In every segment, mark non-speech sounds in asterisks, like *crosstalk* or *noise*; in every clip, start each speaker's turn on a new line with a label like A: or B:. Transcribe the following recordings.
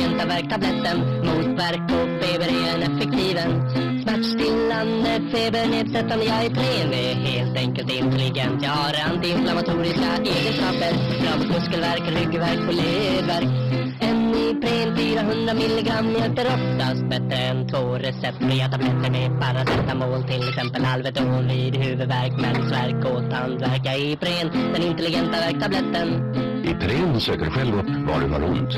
A: Huvudvärktabletten mot värk och feber är en effektiv en Smärtstillande, febernedsättande, jag är tren är helt enkelt intelligent Jag har antiinflammatoriska egenskaper Bra mot muskelvärk, ryggvärk och ledvärk En Ipren 400 milligram hjälper oftast bättre än två receptfria tabletter med paracetamol till exempel Alvedon vid huvudvärk, mensvärk och tandvärk Ja, Ipren, den intelligenta värktabletten
B: Ipren söker själv upp var du har ont.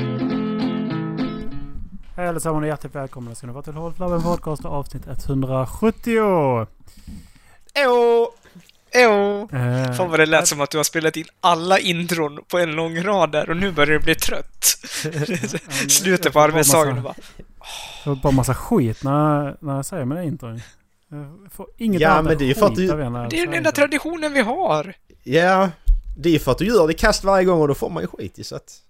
C: Hej allesammans och hjärtligt välkomna ska ni vara till Hållflabben Podcast avsnitt Eh, 170!
D: Eo! Eo!
C: Eh,
D: Fan vad det lät som att du har spelat in alla intron på en lång rad där och nu börjar du bli
E: *laughs*
D: trött. Slutet på arbetsdagen och bara...
C: Jag får bara massa skit när, när jag säger mina intron. Jag får inget
E: Ja,
C: annat
E: men det är ju för att
C: skit
E: du-
C: av er när jag
D: Det är den
C: säger
D: enda
C: det.
D: traditionen vi har!
E: Ja, det är ju för att du gör det kast varje gång och då får man ju skit i så att...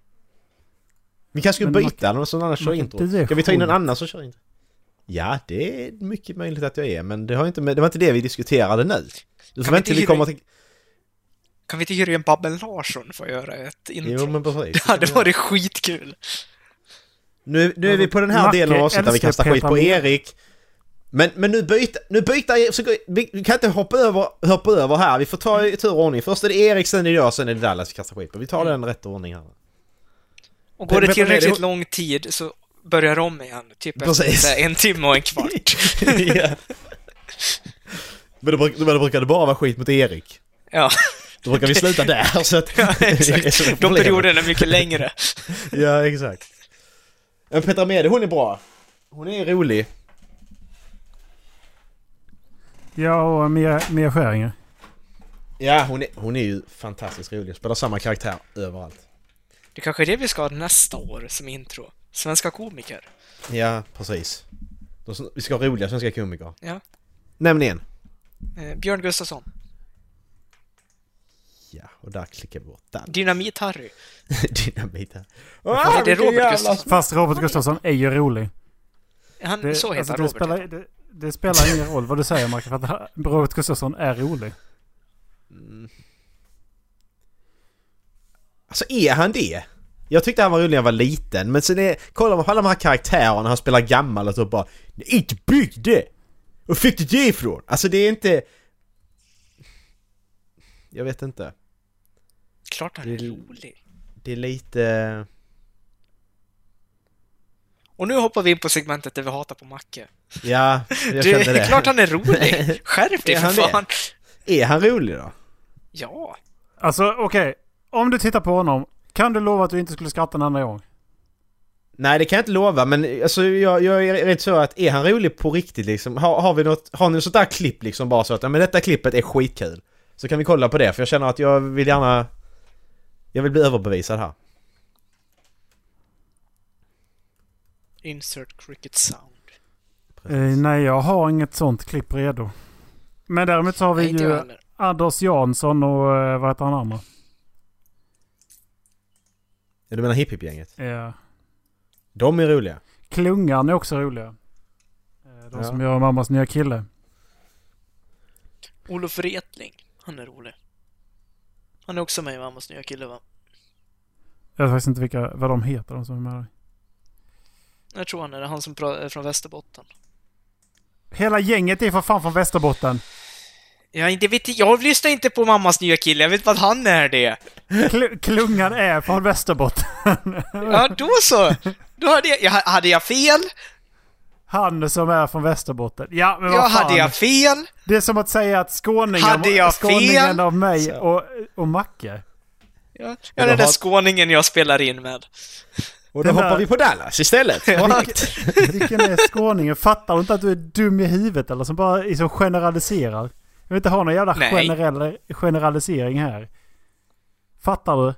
E: Vi kanske ska
C: Men man
E: byta någon som annan
C: man
E: kör
C: kan
E: intro.
C: inte ge
E: Ska vi ta in någon
C: skit.
E: annan som kör intro? Ja, det är mycket möjligt att jag är, men det, har inte med, det var inte det vi diskuterade nu. Du
D: vi
E: får inte
D: inte
E: vi
D: hyra
E: kommer
D: in-
E: till...
D: Kan vi inte hyra en Babben Larsson för att göra ett intro? *laughs*
E: Jo, men precis.
D: Det hade varit skitkul!
E: Nu, nu är vi på den här
C: Macke
E: delen av avsnittet där vi
C: älskar
E: kastar skit på
C: pepparmint.
E: Erik. Men, men nu byta, nu byta, jag försöker- vi, vi kan inte hoppa över, hoppa över här, vi får ta i tur och ordning. Först är det Erik, sen är det jag, sen är det Dallas vi kastar skit på. Vi tar
D: Mm.
E: den rätt ordning här.
D: Och går det
E: Men-
D: tillräckligt
E: men- det-
D: lång tid så börjar de om igen, typ efter
E: Precis.
D: så här en timme och en
E: *laughs*
D: kvart. *laughs*
E: Ja. Men då, bruk- men då brukar det bara vara skit mot Erik.
D: Ja, *laughs*
E: Då brukar vi sluta där så att...
D: ja
E: det är *laughs* så
D: exakt. De
E: problemet.
D: perioderna är mycket längre.
E: Ja, exakt. Men Petra Mede, hon är bra. Hon är rolig.
C: Jag och Mia, Mia Skäringer.
E: Ja, hon är, hon är ju fantastiskt rolig. Spelar samma karaktär överallt.
D: Det kanske är det vi ska ha nästa år som intro. Svenska komiker.
E: Ja, precis. De som- Vi ska ha roliga svenska komiker.
D: Ja.
E: Nämn en.
D: Eh, Björn Gustafsson.
E: Ja, och där klickar vi bort
D: *laughs*
E: den.
D: Dynamit-Harry.
E: Dynamit här.
D: Fast det är Robert Gustafsson.
C: Fast Robert Gustafsson är ju rolig.
D: Han,
C: Det,
D: så heter
C: alltså,
D: han
C: det, spelar,
D: Robert.
C: det, det spelar ingen roll vad du säger Marcus, för att han- Robert Gustafsson är rolig.
E: Alltså är han det? Jag tyckte han var rolig när jag var liten, men sen är, kollar man på alla de här karaktärerna, han spelar gammal och så bara "Det är Inte bygg det! Var fick du det ifrån? Alltså det är inte... Jag vet inte.
D: Klart han är
E: Det är-
D: rolig.
E: Det är lite...
D: Och nu hoppar vi in på segmentet där vi hatar på Macke.
E: Ja, jag
D: det
E: kände
D: är
E: det.
D: *laughs* klart han
C: *laughs*
D: är rolig! Skärp dig
E: Är
D: för
E: han det?
D: fan!
E: Är han rolig då?
D: Ja,
C: Alltså okej, om du tittar på honom, kan du lova att du inte skulle skratta en andra gång?
E: Nej, det kan jag inte lova, men alltså, jag, jag är rätt så att är han rolig på riktigt liksom? Har, har vi något, har ni något sånt där klipp liksom bara så att, ja men detta klippet är skitkul. Så kan vi kolla på det, för jag känner att jag vill gärna... Jag vill bli överbevisad här.
D: insert cricket sound.
C: Eh, nej, jag har inget sånt klipp redo. Men däremot så har vi
D: Nej, inte jag
C: ju
D: heller.
C: Anders Jansson och eh, vad heter han andra?
E: Ja, Du menar hiphop-gänget?
C: Eh,
E: De är roliga.
C: Klungan är också roliga. Eh, de
E: Ja.
C: som gör Mammas nya kille.
D: Olof Retling. Han är rolig. Han är också med i Mammas nya kille va?
C: Jag vet faktiskt inte vilka, vad de heter de som är med där.
D: Jag tror han är det. Han som pra- är från Västerbotten.
C: Hela gänget är för fan från Västerbotten.
D: Jag, inte vet, jag lyssnar inte på Mammas nya kille. Jag vet vad han är det.
C: Kl- Klungan är från Västerbotten. *laughs*
D: Ja, då så! Då hade jag, jag, hade jag fel?
C: Han som är från Västerbotten. Ja, men
D: Ja,
C: vad fan.
D: hade jag fel?
C: Det är som att säga att skåningen,
D: Hade jag
C: skåningen
D: fel?
C: av mig och, och Macke.
D: Ja, ja den där
E: har-
D: skåningen jag spelar in med.
E: Och då
C: Den
E: hoppar
C: där-
E: vi på
D: *laughs*
E: Dallas istället. Right.
C: Vilken är skåningen? Fattar du inte att du är dum i huvudet eller som bara liksom generaliserar? Jag vill inte ha någon jävla
D: Nej.
C: generell, generalisering här. Fattar du?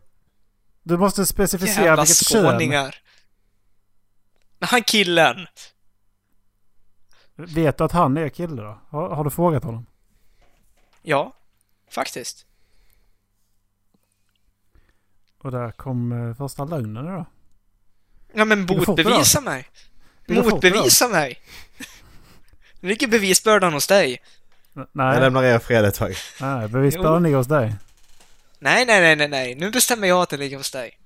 C: Du måste specificera
D: Jävla
C: vilket skåningar.
D: skåningar. Men Han killen.
C: kön. Vet du att han är kille då? Har, har du frågat honom?
D: Ja, faktiskt.
C: Och där kom eh, första lögnen då.
D: Ja, men
C: du fota
D: motbevisa mig.
C: Vill du fota *laughs*
D: Motbevisa mig. Mycket bevisbördan hos dig.
C: N-
E: Jag
C: Nej,
E: lämnar er fred ett tag.
C: nej bevisbördan ligger hos dig.
D: Nej, nej, nej, nej, nej. Nu bestämmer jag att det ligger hos dig.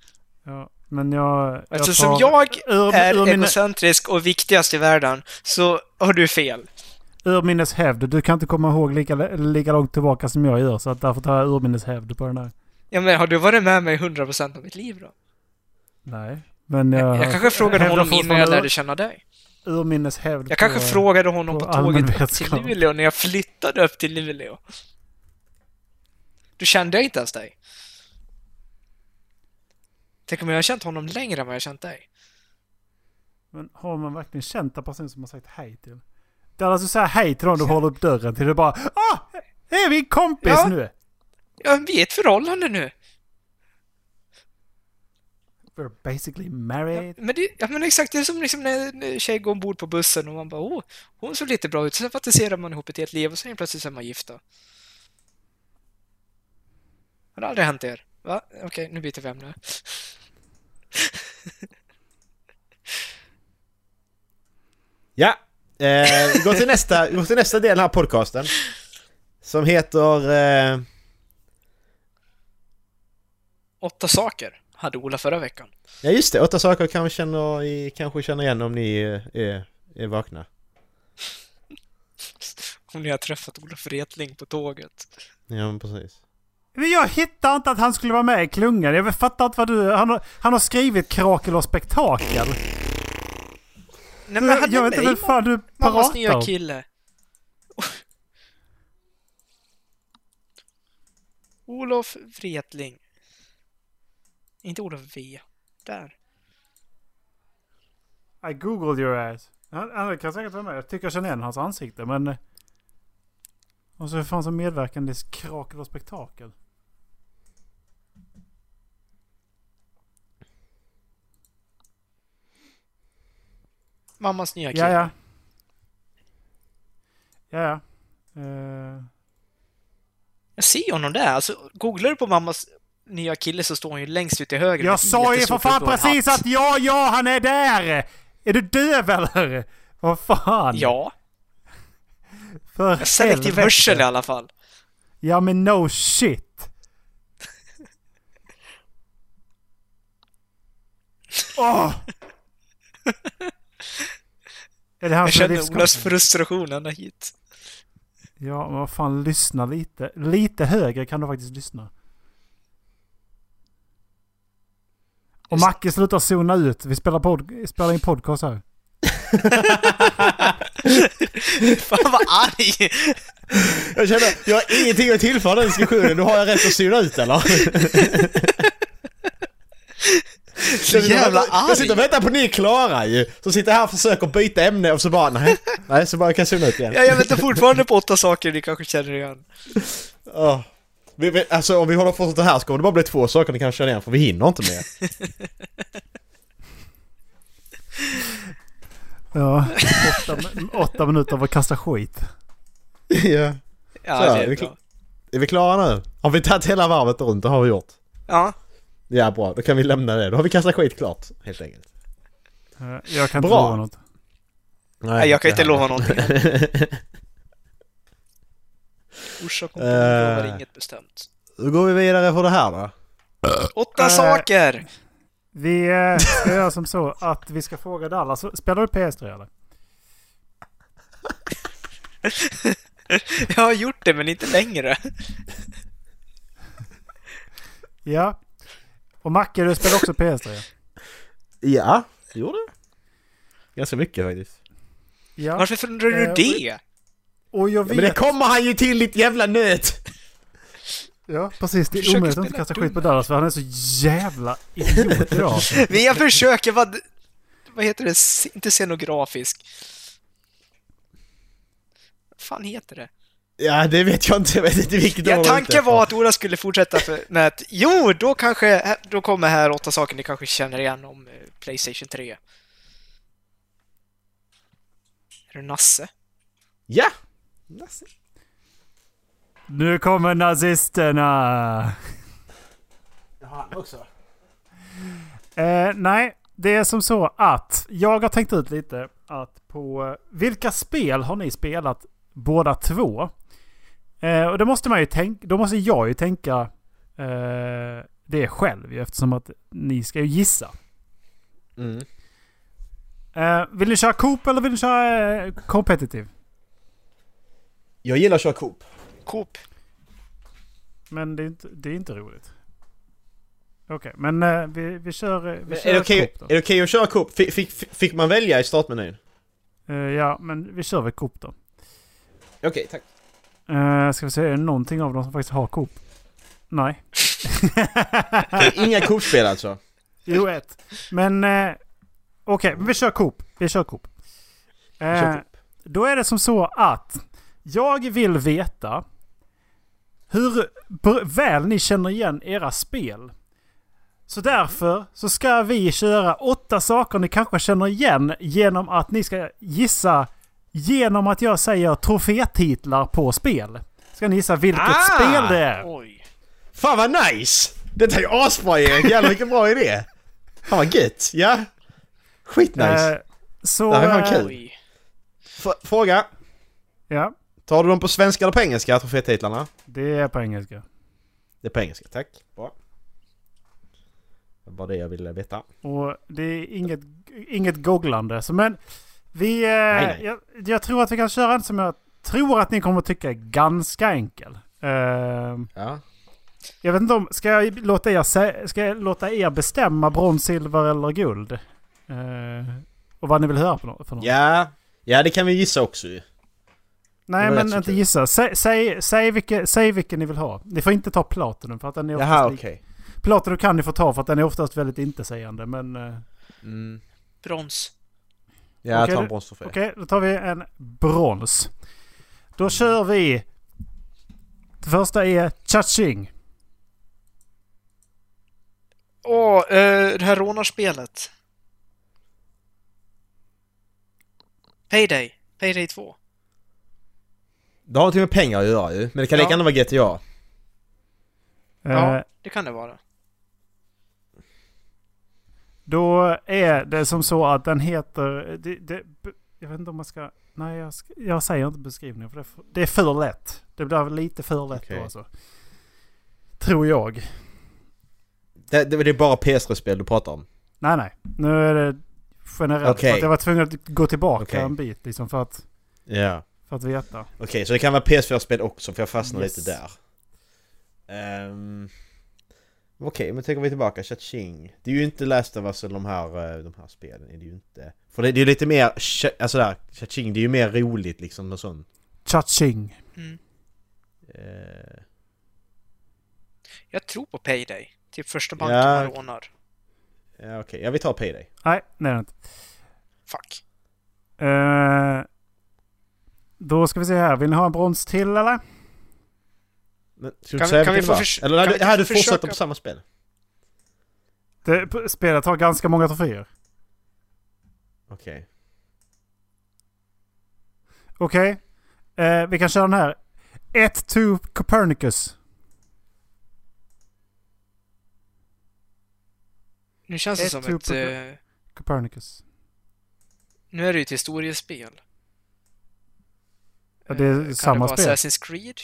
C: Ja. Men jag... jag
D: Eftersom
C: tar-
D: jag
C: ur,
D: är
C: ur, min,
D: egocentrisk och viktigast i världen så har du fel.
C: urminnes hävd. Du kan inte komma ihåg lika, lika långt tillbaka som jag gör. Så att därför tar jag urminnes hävd på den där.
D: Ja, men har du varit med mig 100% av mitt liv då?
C: Nej. Men jag...
D: Jag kanske frågade
C: hävdar
D: honom innan jag
C: fortfarande
D: lärde känna dig.
C: Urminnes hävd
D: Jag kanske
C: på, eh,
D: frågade honom
C: på
D: på
C: allmän
D: tåget till
C: vetskap.
D: Luleå när jag flyttade upp till Luleå. Du kände jag inte ens dig. Tänk om jag har känt honom längre än vad jag har känt dig.
C: Men har man verkligen känt en person som man sagt hej till? Det är alltså så här hej till någon du håller upp dörren till. Du bara ah! Är vi kompis
D: Ja.
C: nu?
D: Ja, vi är i ett förhållande nu.
C: We're basically married.
D: Men, det, ja, men exakt, det är som liksom när när en tjej går ombord på bussen och man bara åh, hon såg lite bra ut. Sen fantiserar man ihop ett helt liv och sen helt plötsligt så är man gifta. Har det aldrig hänt er? Va? Okej, nu byter vi ämne.
E: Ja, eh, vi går till nästa, vi går till nästa del av den här podcasten. Som heter... Eh,
D: Åtta saker hade Ola förra veckan.
E: ja just det, åtta saker kan vi känna, i- kanske känna igen om ni eh, är, är vakna.
D: Om ni har träffat Ola Fredling på tåget.
E: Ja men precis.
C: Men jag hittar inte att han skulle vara med i klungan. Jag fattar inte vad du... Han har, han har skrivit krakel och spektakel.
D: Nej
C: Jag, jag vet inte
D: mig,
C: vad fan du
D: mammas nya
C: pratar om.
D: kille. *laughs* Olof Fredling. Inte Olof V. Där.
C: I googled your ass. Han, han kan säkert vara med. Jag tycker jag känner igen hans ansikte men... eh, Och så hur fan som medverkande i krakel och spektakel.
D: Mammas nya kille.
C: Ja, ja. Ja, ja. Eh,
D: Jag ser honom där. Alltså, googlar du på mammas nya kille så står hon ju längst ut till höger. med
C: jag
D: ett
C: sa ju för
D: jättestort
C: fan
D: blå hatt.
C: precis att ja, ja, han är där! Är du döv eller? Vad fan?
D: Ja,
C: för
D: selektiv
C: helvete.
D: hörsel i alla fall.
C: Ja, men no
D: *laughs*
C: shit. Åh! Är Alltså, det han
D: Jag
C: som är
D: känner Olas
C: livskonst?
D: frustration ända hit. *laughs*
C: Ja, men vad fan, lyssna lite. Lite högre kan du faktiskt lyssna. Och
D: Just-
C: Macke slutar zona ut. Vi spelar, pod- spelar in podcast här.
D: Fan vad arg!
E: Jag känner, jag har ingenting att tillföra den diskussionen, nu har jag rätt att syna ut eller?
D: *laughs* Så jävla arg!
E: Jag sitter och väntar på ni är klara ju! Som sitter här och försöker byta ämne och så bara nej, nej så bara jag kan syna ut igen.
D: Ja, jag väntar fortfarande på åtta saker ni kanske känner igen.
E: Åh. Vi, vi, alltså om vi håller på så här så kommer det bara bli två saker ni kan känna igen för vi hinner inte mer.
C: Ja, åtta, min- åtta minuter av att kasta skit.
E: *laughs* ja.
D: Ja,
E: Så,
D: det
E: det
D: är
E: är
D: bra.
E: klart. Är vi klara nu? Har vi tagit hela varvet runt? Det har vi gjort.
D: Ja,
E: Ja bra, då kan vi lämna det. Då har vi kastat skit klart helt enkelt.
C: Eh, Jag kan inte
E: Bra.
C: lova något.
D: nej, jag kan inte lova någonting. *laughs* Orsak och
E: Eh.
D: lovar inget bestämt.
E: Då går vi vidare på det här då.
D: Åtta
C: Eh.
D: saker! *laughs*
C: Vi eh, ska göra som så att vi ska fråga Dallas. Spelar du PS3 eller?
D: Jag har gjort det, men inte längre.
C: Ja. Och Macke, du spelar också PS3?
E: Ja, det gjorde jag. Ganska mycket faktiskt.
C: Ja.
D: Varför undrar
C: Eh,
D: du
C: och-
D: det?
C: Och jag
E: Men det
C: vet...
E: kommer han ju till ditt jävla nöt!
C: Ja, precis. Det är
D: Försöker
C: omöjligt att inte
D: spela
C: kasta
D: dum.
C: skit på Dallas för han är så jävla idiot idag.
D: Men jag försöker vad... Vad heter det? S- Inte scenografisk. Vad fan heter det?
E: *laughs* Ja, det vet jag inte. Jag vet inte vilket
D: Ja,
E: ord jag ute
D: tanken
E: efter.
D: var att Ola skulle fortsätta för, *laughs* med att jo, då kanske, då kommer här åtta saker ni kanske känner igen om eh, Playstation 3. Är det Nasse?
E: Ja!
C: Nu kommer nazisterna!
E: också.
C: Eh, nej, det är som så att jag har tänkt ut lite att på eh, vilka spel har ni spelat båda två? Eh, och det måste man ju tänka, då måste jag ju tänka eh, det själv ju, eftersom att ni ska ju gissa.
E: Mm.
C: Eh, vill ni köra Coop eller vill ni köra eh, Competitive?
E: Jag gillar att köra Coop.
D: Coop.
C: Men det är inte, det är inte roligt. Okej, men eh, vi, vi kör, eh, vi
E: Men
C: kör
E: Är det okej
C: Coop då.
E: är det okej att köra Coop? Fick, fick, fick man välja i startmenyn?
C: Eh, ja, men vi kör väl Coop då.
E: Okej, tack.
C: Uh, ska vi se, är det någonting av dem som faktiskt har Coop? Nej.
E: Det är inga Coop-spel alltså?
C: Jo, ett. Men eh, okej, men vi kör Coop. Vi kör Coop.
E: Vi
C: Eh,
E: kör Coop.
C: Då är det som så att jag vill veta hur br- väl ni känner igen era spel. Så därför så ska vi köra åtta saker ni kanske känner igen genom att ni ska gissa genom att jag säger trofétitlar på spel. Ska ni gissa vilket
E: Ah!
C: spel det är?
D: Oj.
E: Fan vad nice! Detta är ju asbra Erik, jävlar vilken bra idé! Fan vad gött, ja! Skitnice!
C: Eh, så...
E: Det här är fan
C: eh,
E: kul.
D: Oj.
E: F- fråga,
C: Ja,
E: tar du dem på svenska eller på engelska, trofétitlarna?
C: det är på engelska.
E: Det är på engelska, tack. Bra. Det var det jag ville veta.
C: Och det är inget, inget googlande. Så men vi... eh,
E: Nej, nej.
C: Jag, jag tror att vi kan köra en som jag tror att ni kommer att tycka är ganska enkel. Eh,
E: Ja.
C: jag vet inte om... Ska jag låta er, sä- ska jag låta er bestämma brons, silver eller guld? Eh, och vad ni vill höra på nå- för något?
E: Ja, ja det kan vi gissa också ju. det
C: Nej,
E: var
C: men
E: rätt så
C: inte
E: kul.
C: gissa. Säg, säg, säg, vilken, säg vilken ni vill ha. Ni får inte ta Platinum för att den är oftast... li- Platinum kan ni få ta för att den är oftast väldigt intetsägande, men... eh,
E: Mm.
D: Broms.
E: Ja,
C: Okej,
E: ta en
C: du-
E: bronstrofé.
C: Okej, då tar vi en brons. Då kör vi... Det första är Chaching.
D: Åh, eh, det här rånarspelet. Payday. Payday 2.
E: Det har inte med pengar att göra ju, men det kan lika
D: Ja.
E: gärna vara GTA.
D: Ja.
C: Eh,
D: Det kan det vara.
C: då är det som så att den heter... Det, det, jag vet inte om man ska... Nej, jag, ska, jag säger inte beskrivningen för det är, för, det är för lätt. Det blir lite för lätt
E: Okej.
C: då alltså. Tror jag.
E: Det, det, det är bara PS-spel du pratar om.
C: Nej, nej. Nu är det generellt.
E: Okej.
C: För att jag var tvungen att gå tillbaka
E: Okej.
C: en bit liksom för att,
E: Ja.
C: för att veta.
E: Okej, så det kan vara PS4-spel också för jag fastnar
C: Yes.
E: lite där. Ehm, Okej, men tänker vi tillbaka, Cha-ching. Det är ju inte Last of Us eller de här, eh, de här spelen, är det ju inte. För det, det är ju lite mer, cha- alltså där, Cha-ching, det är ju mer roligt liksom och sånt.
C: Chaching.
D: Mm.
E: Eh,
D: Jag tror på Payday. Typ första banken
E: Ja.
D: man rånar.
E: ja, Okej, ja vi tar Payday.
C: Nej, nej, nej.
D: Fuck.
C: Eh, då ska vi se här. Vill ni ha en brons till eller?
E: Men,
D: Kan
E: ska du
D: vi-
E: säga
D: kan vi
E: vilken
D: få
E: det var?
D: förs-
E: Eller
D: kan
E: hade,
D: vi inte
E: hade du
D: få
E: fortsatt
D: försöka-
E: på samma spel?
C: Det, p- spelet har ganska många troféer.
E: Okej.
C: Okej. Eh, vi kan köra den här. 1 to Copernicus.
D: Nu känns det
C: Ett
D: som
C: tror
D: ett...
C: på-
D: eh,
C: Copernicus.
D: nu är det ju ett historiespel.
C: Ja, det är
D: Eh,
C: samma
D: Kan det
C: spel.
D: vara Assassin's Creed?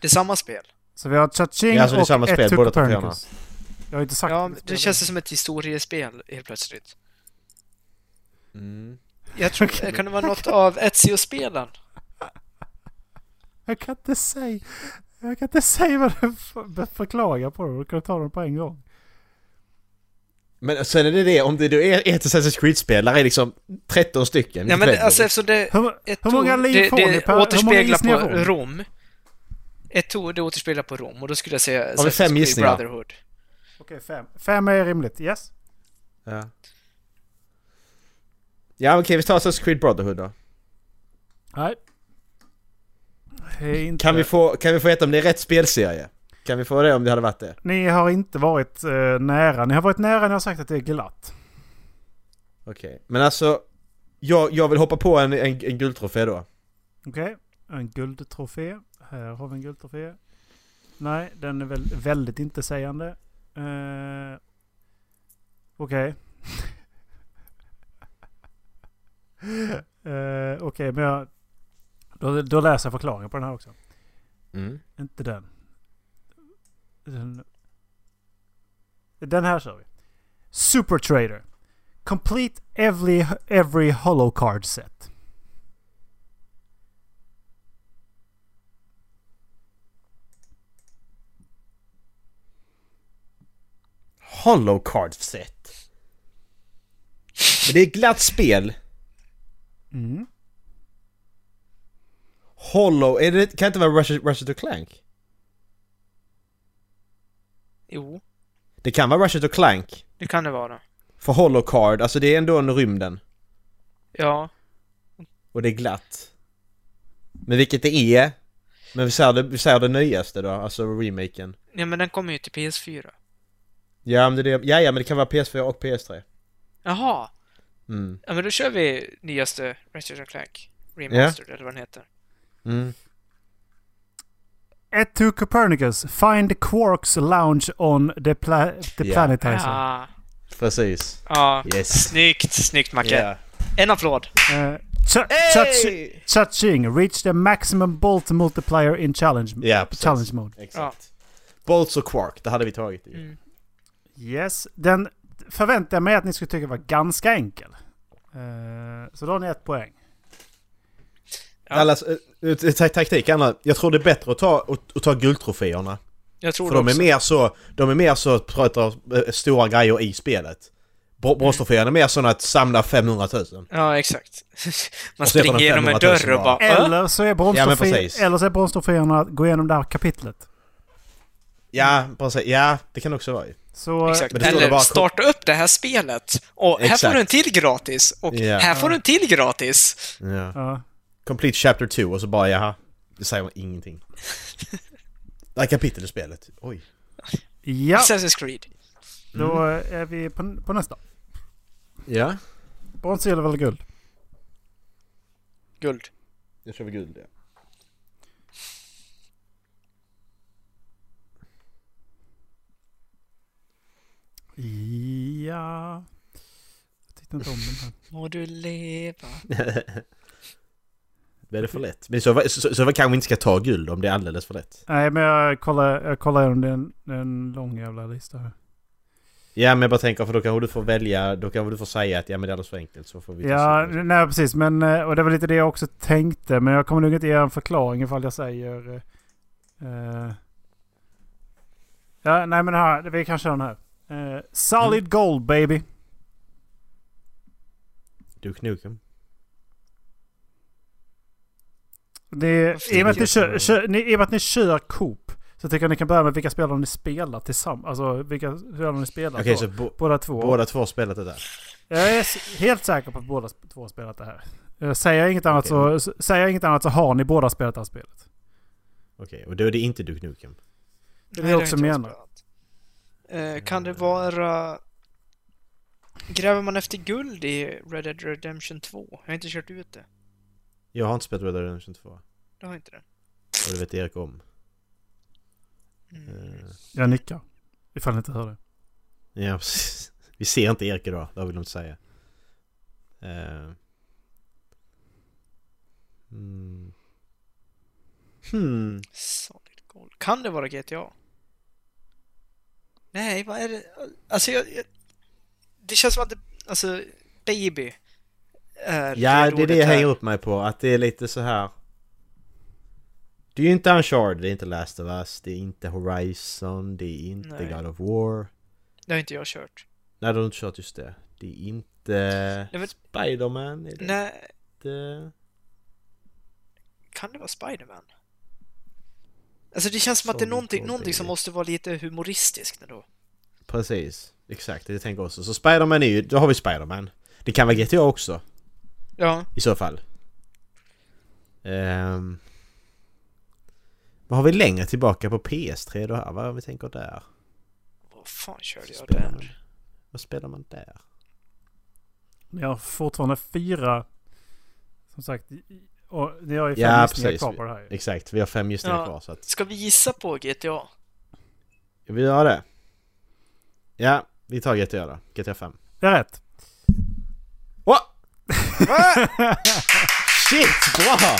D: Det är samma spel.
C: Så vi har Chaching
E: Ja, alltså det är
C: och
E: samma
C: 1
E: spel,
C: to
E: båda
C: Copernicus. Jag har inte sagt
D: Ja,
C: vilket spel
D: det känns som ett historiespel helt plötsligt.
E: Mm.
C: *laughs*
D: Jag tror... kan det vara något av Ezio-spelen?
C: är. Jag kan inte säga... Jag kan inte säga vad du för- förklarar på det. Du kan ta dem på en gång.
E: Men sen är det det, om det då är ett Assassin's Creed-spel, där är liksom 13 stycken.
D: Nej
E: vilket
D: men
E: väldigt
D: alltså
E: roligt.
D: eftersom det...
C: Hur,
D: Ett
C: hur många
D: ord,
C: liv
D: det,
C: får
D: det
C: ni per... Hur många
D: återspeglar
C: gissningar får
D: på
C: ni?
D: Rom. Ett ord, det återspeglar på Rom och då skulle jag säga
E: vi
D: Assassin's
E: fem
D: Creed
E: gissningar?
D: Brotherhood.
C: Okej, fem. Fem är rimligt. Yes.
E: Ja. Ja okej, vi tar Assassin's Creed Brotherhood då.
C: Nej. Det är inte-
E: Kan vi, få, kan vi få veta om det är rätt spelserie? Kan vi få det om det hade varit det?
C: Ni har inte varit eh, nära. Ni har varit nära när jag har sagt att det är glatt.
E: Okej. Men alltså, jag, jag vill hoppa på en, en, en guldtrofé då.
C: Okej, en guldtrofé. Här har vi en guldtrofé. Nej, den är väl väldigt intetsägande. Eh, Okej. *laughs* eh, Okej, men jag... Då, då läser jag förklaringen på den här också.
E: Mm.
C: Inte den. Den, den här kör vi. Super Trader. Complete every, every hollow card set.
E: Hollow card set. Men det är ett glatt spel.
C: Mm.
E: Hollow, är det, kan det inte vara Ratchet, Ratchet Clank?
D: Jo,
E: Det kan vara Ratchet Clank.
D: det kan det vara.
E: För Hollow card, alltså det är ändå en rymden.
D: Ja,
E: Och det är glatt. Men vilket det är. Men vi säger det, vi säger det nyaste då, alltså remaken.
D: ja men den kommer ju till PS4.
E: Ja men det, är det ja, ja men det kan vara PS4 och PS3.
D: Jaha,
E: Mm.
D: ja men då kör vi nyaste Ratchet Clank Remastered, eller vad den heter.
E: Mm.
C: Et to Copernicus. Find Quarks Lounge on the, pla the
E: Ja.
C: planetizer.
E: Ah.
D: Ja,
E: Precis.
D: ja.
E: Yes.
D: Snyggt, snyggt Macke.
E: Ja.
D: En applåd.
C: Uh, cha-
E: Hey!
C: cha- Cha-ching! Reach the maximum bolt multiplier in challenge,
E: Ja, precis.
C: challenge mode.
E: Exakt. Bolts och Quark, det hade vi tagit ju.
C: Yes. Den förväntade jag mig att ni skulle tycka var ganska enkel. Eh, så då har ni ett poäng.
D: Ja.
E: Allas, eh, eh, ta- taktik, Anna, jag tror det är bättre att ta, att, att ta guldtroféerna.
D: Jag tror
E: För
D: det
E: de är
D: också.
E: mer så, de är mer så att prata eh, stora grejer i spelet. Bro- Brottstrofieren är mer sån att samla 500 000.
D: Ja, exakt. *laughs* Man
E: Och så är det
D: springer
E: de
D: genom en
E: 500 000
D: dörr och bara... "Äh?"
E: bara.
D: "Ö?"
C: Eller så är
E: Ja, men
C: bronstrofe-
E: precis.
C: eller så är bronstrofiorna att gå igenom det här kapitlet.
E: Ja, precis. Ja, det kan också vara ju.
C: Så
D: Exakt.
E: Men det står
D: Eller
E: det bara-
D: starta upp det här spelet. Och här får
E: Exakt.
D: du en till gratis. Och
E: Ja.
D: här får du en till gratis.
E: Ja.
C: Ja.
E: Complete Chapter 2 och så bara jaha. Det säger man ingenting. Det här kapitlet i spelet. Oj.
C: ja,
D: Assassin's Creed.
C: då är vi på, på nästa.
E: Ja.
C: Brons, silver eller guld?
D: Guld.
E: Jag kör väl guld ja.
C: Ja... Jag tyckte inte om den här.
D: Må du leva.
E: Det är det för lätt. Men så, så, så, så kanske vi inte ska ta guld om det är alldeles för lätt.
C: Nej, men jag kollar, jag kollar igenom den, den lång jävla lista här.
E: Ja men jag bara tänker för då kanske du får välja, då kanske du får säga att ja men det är alldeles för enkelt så får vi ta
C: Ja,
E: silver.
C: nej precis. Men, eh, och det var lite det jag också tänkte. Men jag kommer nog inte ge en förklaring ifall jag säger... eh, eh, ja, nej men här. Vi kan köra den här. Eh, solid
E: Mm.
C: gold baby.
E: Duke Nukem.
C: Det,
D: Varför
C: i, och med att ni
E: tycker jag
C: kör,
E: det?
C: kör, ni, I och med att ni kör Coop så tycker jag ni kan börja med vilka spelare ni spelar tillsammans. Alltså vilka spelare ni spelar
E: Okej
C: då.
E: så bo,
C: Båda två.
E: båda två har spelat det där.
C: Jag är s- helt säker på att båda sp- två har spelat det här. Eh, Säger jag, inget annat
E: Okej.
C: så, s- säger jag inget annat så har ni båda spelat det här spelet.
E: Okej, och då är det inte Duke Nukem.
C: Det är
D: Nej,
C: det jag
D: har
C: också
D: inte jag
C: menar.
D: spelat. Eh, Kan det vara... Gräver man efter guld i Red Dead Redemption 2? Jag har inte kört ut det.
E: Jag har inte spelat Red Dead Redemption 2. Och
D: Det har jag inte det.
E: det vet Erik om.
D: Mm.
E: Eh,
C: Jag nickar. Ifall ni inte hör det.
E: Ja *laughs* precis. Vi ser inte Erik idag, det vill de inte säga. Eh. Mm. Hmm.
D: Solid Gold. Kan det vara GTA? Nej, vad är det? Alltså, jag, jag, det känns som att det, alltså, baby är
E: Ja, det är
D: ledordet
E: det jag
D: här.
E: hänger upp mig på. Att det är lite så här. Det är ju inte Uncharted, det är inte Last of Us, det är inte Horizon, det är inte
D: Nej.
E: God of War.
D: Det har inte jag kört.
E: Nej, de har inte kört just det. Det är inte
D: Nej, men-
E: Spiderman, är det
D: Nej,
E: inte...
D: kan det vara Spiderman? Alltså det känns som att det är
E: Solid
D: någonting,
E: Gold,
D: någonting som
E: baby.
D: måste vara lite humoristiskt ändå.
E: Precis, exakt. Det tänker jag också. Så Spiderman är ju, då har vi Spiderman. Det kan vara GTA också.
D: Ja,
E: I så fall. Ehm. vad har vi längre tillbaka på PS3 då här? Vad har vi tänker där?
D: vad fan körde jag
E: Spelar man-
D: där?
E: Vad spelar man där?
C: Ni har fortfarande fyra... Som sagt, i- i- och ni har ju fem
E: Ja,
C: gissningar
E: precis.
C: kvar på det här ju.
E: Exakt, vi har fem gissningar
D: Ja.
E: kvar så att
D: Ska vi gissa på GTA?
E: vi gör det. Ja, vi tar GTA då. GTA 5.
C: Det är rätt.
E: Åh! *laughs* Shit, bra!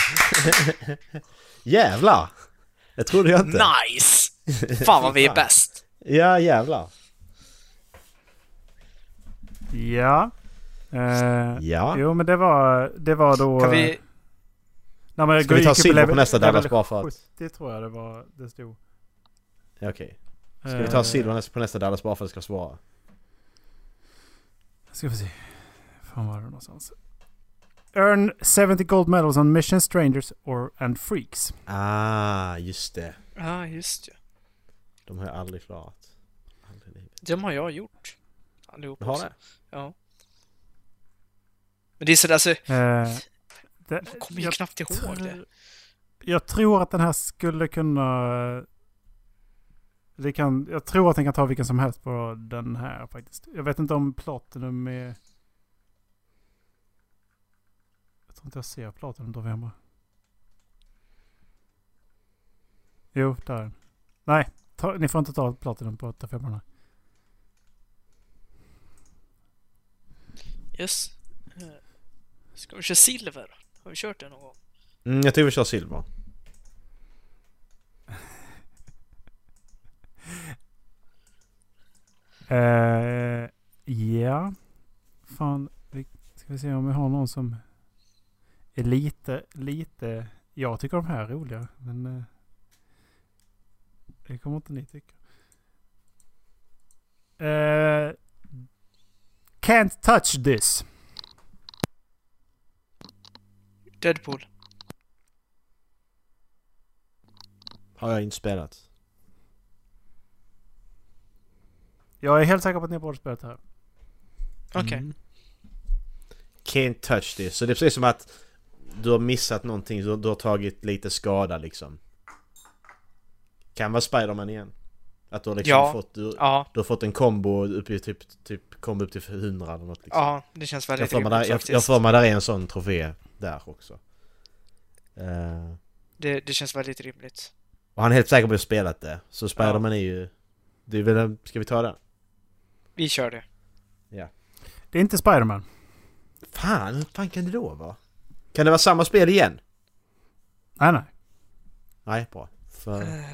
E: *laughs* jävlar! Det trodde jag inte. *laughs*
D: Nice! Fan vad vi är bäst!
E: Ja, jävlar.
C: Ja. Eh,
E: Ja.
C: Jo men det var, det var då...
D: Kan vi...
C: när man
E: Ska
C: gick
E: vi ta
C: upp i
E: silver på
C: level-
E: nästa Dallas
C: level
E: bara för att...
C: 70 tror jag det var det stod. Eh,
E: Ja, Okej. Ska vi ta silver nästa- på nästa Dallas bara för att det ska svara?
C: Ska vi se. Fan var det någonstans? Earn 70 gold medals on missions, strangers or and freaks.
E: Ah, just det.
D: Ja, ah, just ja.
E: De har jag aldrig klarat. Aldrig i livet.
D: De har jag gjort. Allihop
E: Du har
D: också.
E: det?
D: Ja. Men det är sådär, alltså,
C: Eh, det,
D: jag kommer ju
C: jag,
D: knappt ihåg det.
C: jag tror att den här skulle kunna... Det kan, jag tror att den kan ta vilken som helst på den här faktiskt. Jag vet inte om Platinum är... Jag tror inte jag ser Platinum där hemma. Jo, där är den. Nej, ta, ni får inte ta Platinum på 8-5.
D: Yes. Eh, Ska vi köra silver? Har vi kört det någon gång?
E: Mm, jag tror vi kör silver.
C: Eh, ja. Fan, vi, ska vi se om vi har någon som är lite, lite... Jag tycker de här är roliga, men... Eh, det kommer inte ni tycka. Eh, can't touch this.
D: Deadpool.
E: Har jag inte spelat.
C: Jag är helt säker på att ni har båda spelat det här.
D: Okej.
E: Mm. Can't touch this. Så det är precis som att du har missat någonting, du, du har tagit lite skada liksom. Kan vara Spiderman igen. Att du har liksom
D: Ja.
E: fått, du,
D: Ja.
E: du har fått en kombo upp i typ, typ, kombo upp till 100 eller något liksom.
D: Ja, det känns
E: jag
D: väldigt
E: får mig där,
D: rimligt
E: jag,
D: faktiskt.
E: jag får mig där är en sån trofé där också. Eh,
D: det, det känns väldigt rimligt.
E: och han är helt säker på att jag spelat det. Så Spiderman är ju... Det är väl, en- ska vi ta den?
D: Vi kör det.
C: Det är inte Spiderman.
E: Fan, hur fan kan det då vara? Kan det vara samma spel igen?
C: Nej, nej.
E: Nej, bra. För...
D: Eh,
C: nej,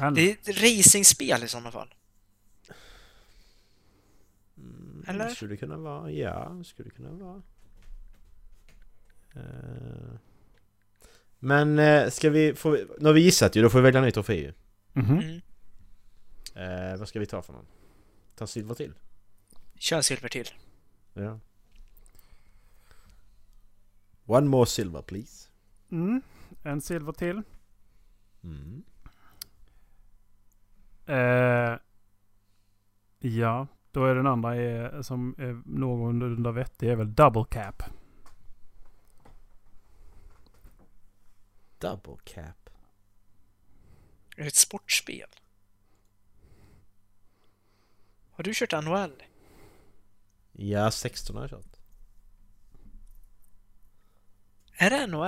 C: nej.
D: Det är ett racingspel i sådana fall.
E: Mm.
D: Eller?
E: Skulle det kunna vara, ja, skulle det kunna vara. Eh, Men eh, ska vi, får vi, nu har vi gissat ju, då får vi välja en ny trofé ju.
C: Mhm.
D: Mm.
E: Eh, vad ska vi ta för någon? Ta silver till?
D: Kör en silver till.
E: Ja. One more silver please.
C: Mm. En silver till.
E: Mm.
C: Eh, ja, då är den andra är, som är någorlunda vettig är väl double cap.
E: Double cap.
D: Det är ett sportspel. Har du kört NHL?
E: Ja, 16 har jag kört.
D: Är det NHL?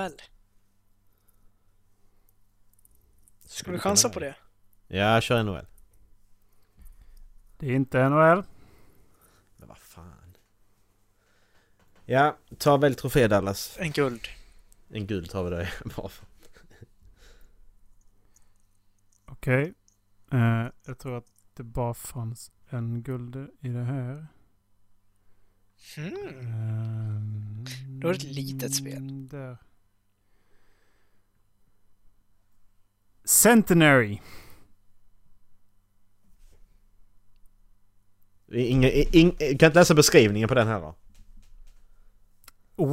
D: Ska
E: Skulle
D: vi chansa
E: kunna
D: på
E: vara.
D: det?
E: Ja, kör NHL.
C: Det är inte NHL.
E: Men vad fan. Ja, ta väl trofé Dallas.
D: En guld.
E: En guld tar vi då. *laughs* Bra.
C: Okej. Eh, jag tror att det bara fanns en guld i det här.
D: Mm.
C: Ehm,
D: Då är det ett litet spel.
C: Där. Centenary.
E: Inga, ing, jag kan inte läsa beskrivningen på den här då.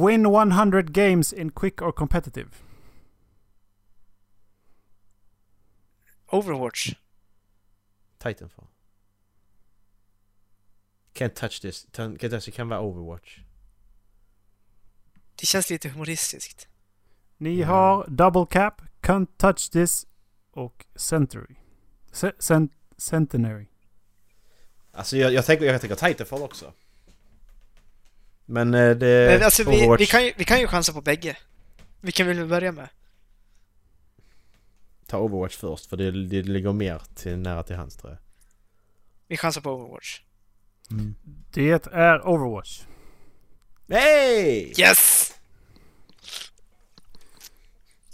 C: Win 100 games in quick or competitive.
D: Overwatch.
E: Titanfall. Can't touch this. Tan- Can't touch, det kan vara Overwatch.
D: Det känns lite humoristiskt.
C: Ni
E: Ja.
C: har double cap, can't touch this och century. Se- cent- centenary.
E: Alltså jag, jag, tänker, jag tänker Titanfall också. Men eh, det...
D: Men alltså, vi,
E: Overwatch-
D: vi, kan ju, vi kan ju chansa på bägge. Vilken vill vi börja med?
E: Ta Overwatch först för det, det ligger mer till, nära till hands tror jag.
D: Vi chansar på Overwatch.
C: Det är Overwatch.
E: Hey!
D: Yes!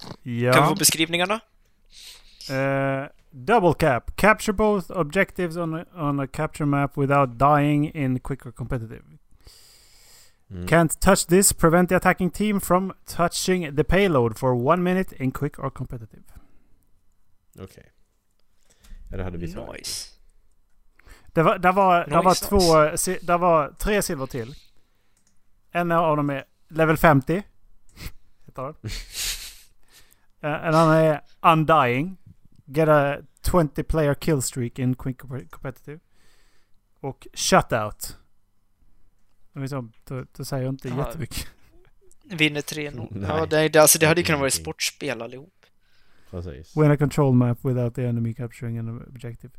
D: Kan vi
C: Ja.
D: få beskrivningarna?
C: Eh, Double cap. Capture both objectives on a, on a capture map without dying in quick or competitive. Can't touch this. Prevent the attacking team from touching the payload for one minute in quick or competitive.
E: Okej. Ja, det hade vi tagit.
D: Nice.
C: Det var, där var, där var,
D: Nice,
C: två, si- där var tre silver till. En av dem är level 50. Heter den. Eh, en annan är Undying. Get a 20 player kill streak in Quick Comp- Competitive. Och Shutout. Det är som- Då, då säger jag inte
D: Ja.
C: jättemycket.
D: Vinner 3-0.
E: *laughs* Nej.
D: Ja, det, det, alltså, det hade ju kunnat vara ett sportspel allihop.
E: Precis.
C: Win a control map without the enemy capturing an objective.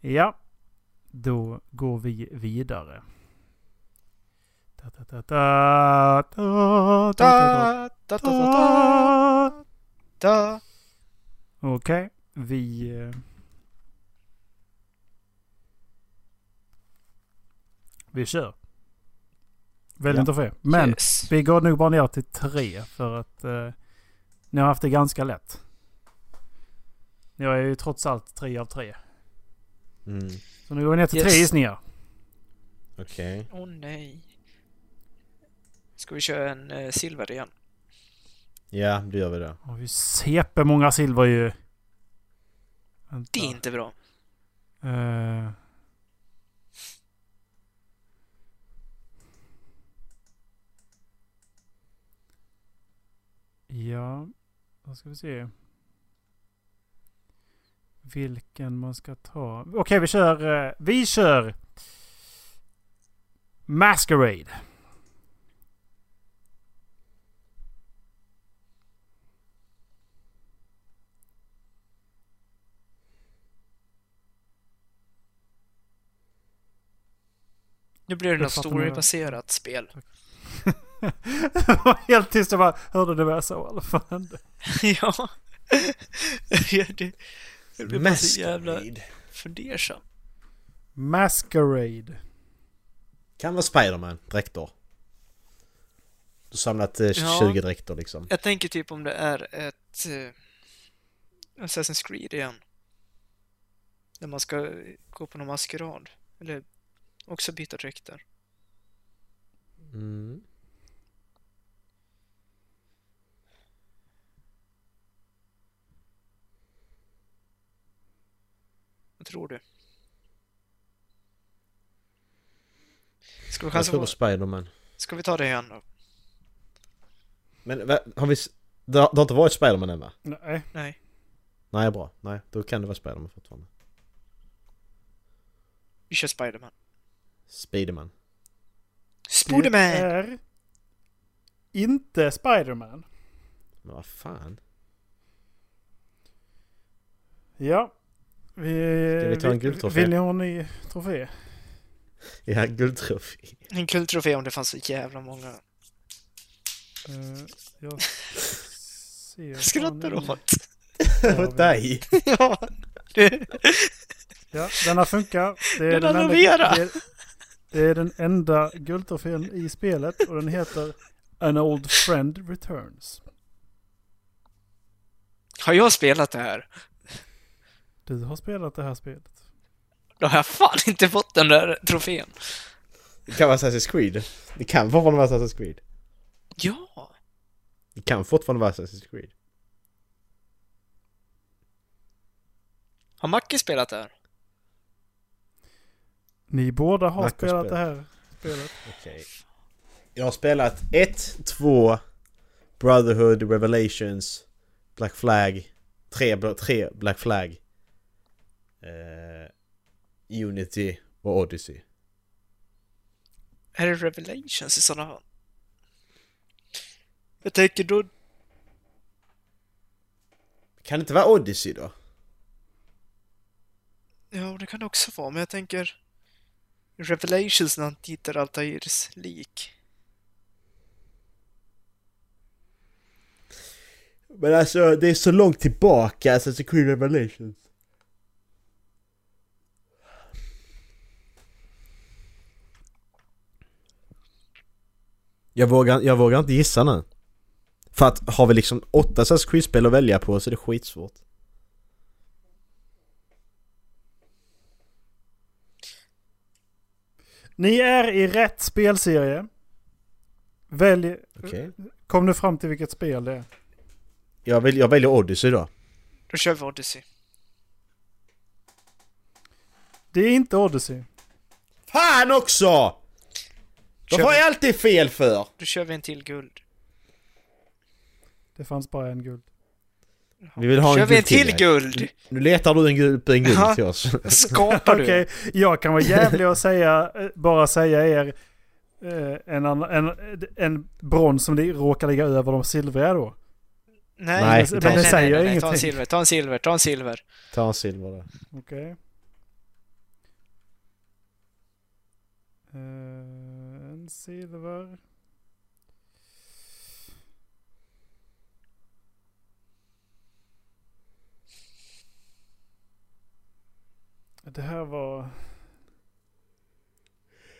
C: Ja. Då går vi vidare. Da, da, da, da, da, da, da,
D: Da, da, da, da,
C: da.
D: da.
C: Okej, vi... eh, Vi kör. Välj
E: Ja.
C: inte fel. Men
D: Yes.
C: vi går nog bara ner till tre för att eh, ni har haft det ganska lätt. Jag är ju trots allt tre av tre.
E: Mm.
C: Så nu går vi ner till
D: Yes.
C: tre gissningar.
E: Okej.
D: Åh nej. Ska vi köra en eh, silver igen?
E: Ja, då gör vi det.
C: Har vi CP många silver ju. Vänta.
D: Det är inte bra.
C: Eh. Ja, då ska vi se. Vilken man ska ta. Okej, vi kör... eh, Vi kör... Masquerade. *laughs*
D: Nu blir det
C: Jag
D: något
C: fattar med det.
D: storybaserat spel.
C: Det var helt tyst. Jag bara hörde det var så. Vad fan hände?
D: *laughs* ja. Jag blir- jag blir bara så jävla
E: Masquerade.
D: fundersam.
C: Masquerade.
E: Kan vara Spiderman, dräkter. Du har samlat eh,
D: Ja.
E: 20 dräkter liksom.
D: Jag tänker typ om det är ett eh, Assassin's Creed igen. Där man ska eh, gå på någon maskerad. Eller också byta dräkter.
E: Mm.
D: Vad tror du? Ska vi
E: Jag
D: chansa
E: tror
D: på...
E: Spiderman.
D: Ska vi ta det igen då?
E: Men va, har vi... s- Det har, det har inte varit Spiderman än va?
C: Nej.
D: Nej.
E: Nej, bra. Nej, då kan det vara Spiderman fortfarande.
D: Vi kör Spiderman.
E: Spiderman.
C: Det
D: Spiderman!
C: är inte Spiderman.
E: Men vad fan?
C: Ja. Vi,
E: Ska vi ta en
C: vill-
E: guldtrofé?
C: Vill ni ha en ny trofé?
E: Ja, guldtrofé. *laughs*
D: eh, En kul trofé om det fanns så jävla många.
C: Eh, jag ser
D: *laughs* Skrattar
C: fan inte.
D: åt.
C: Ja,
E: Åt
C: vi-
E: dig!
D: ja. Det-
C: Ja, den här funkar. Det
D: Den har
C: enda-
D: Vera.
C: det, det är den enda guldtrofén i spelet och den heter An Old Friend Returns.
D: Har jag spelat det här?
C: Du har spelat det här spelet.
D: Då har jag fan inte fått den där trofén.
E: Det kan vara Assassin's Creed. Det kan fortfarande vara Assassin's Creed.
D: Ja!
E: Det kan fortfarande vara Assassin's Creed.
D: Har Macke spelat det här?
C: Ni båda har
E: Marcus
C: spelat det
E: spelar.
C: här spelet.
E: Okej. Jag har spelat 1, 2, Brotherhood, Revelations, Black Flag, 3, tre Black Flag, eh, Unity och Odyssey.
D: Är det Revelations i sådana fall? Jag tänker då...
E: Kan det inte vara Odyssey då?
D: Ja, det kan det också vara, men jag tänker... Revelations när han hittar Altairs lik.
E: Men alltså det är så långt tillbaka, alltså, Assassin's Creed Revelations. Jag vågar, jag vågar inte gissa nu. För att har vi liksom åtta Assassin's Creed-spel att välja på så är det skitsvårt.
C: Ni är i rätt spelserie. Välj...
E: Okej.
C: Kom du fram till vilket spel det är?
E: Jag, väl, jag väljer Odyssey då.
D: Då kör vi Odyssey.
C: Det är inte Odyssey.
E: Fan också!
D: Kör
E: De har
D: vi.
E: jag alltid fel för!
D: Då kör vi en till guld.
C: Det fanns bara en guld.
E: Vi vill ha
D: kör
E: en
D: vi en
E: guld till
D: till
E: dig.
D: guld!
E: *laughs* Nu letar du en gul, upp en guld
D: Ja.
E: till oss.
D: Skapar du?
C: Okej, jag kan vara jävlig och säga, eh, bara säga er eh, en, annan- en, en brons som li- råkar ligga över de silvriga då.
D: Nej,
E: Nej,
D: men
E: det
D: nej,
C: säger
D: nej, nej, nej, ta en
C: ingenting.
D: silver, ta en silver, ta en silver.
E: Ta en silver då.
C: Okej. Eh, en silver. Det här var...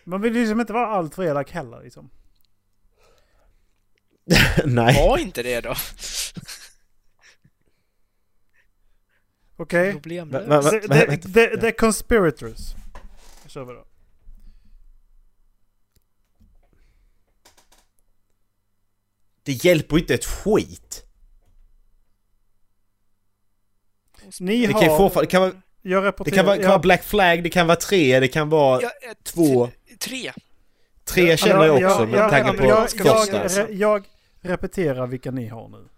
C: Man vill ju liksom inte vara alltför elak heller liksom.
E: *laughs* Nej.
D: Var inte det då.
C: Okej?
E: Va-
D: Problemlöst.
E: va- va-
C: The,
E: vad
C: the,
E: heter-
C: the, the Conspirators. Då kör vi då.
E: Det hjälper ju inte ett skit!
C: Ni
E: Det
C: har...
E: kan ju fortfarande... Det kan vara,
C: Jag
E: det kan
C: rapporterar...
E: vara, det kan vara Black Flag, det kan vara tre, det kan vara...
D: Ja, eh, ett,
E: Två.
D: Tre.
E: Tre känner jag också med tanke på
C: jag,
E: första.
C: jag, re- jag repeterar vilka ni har nu.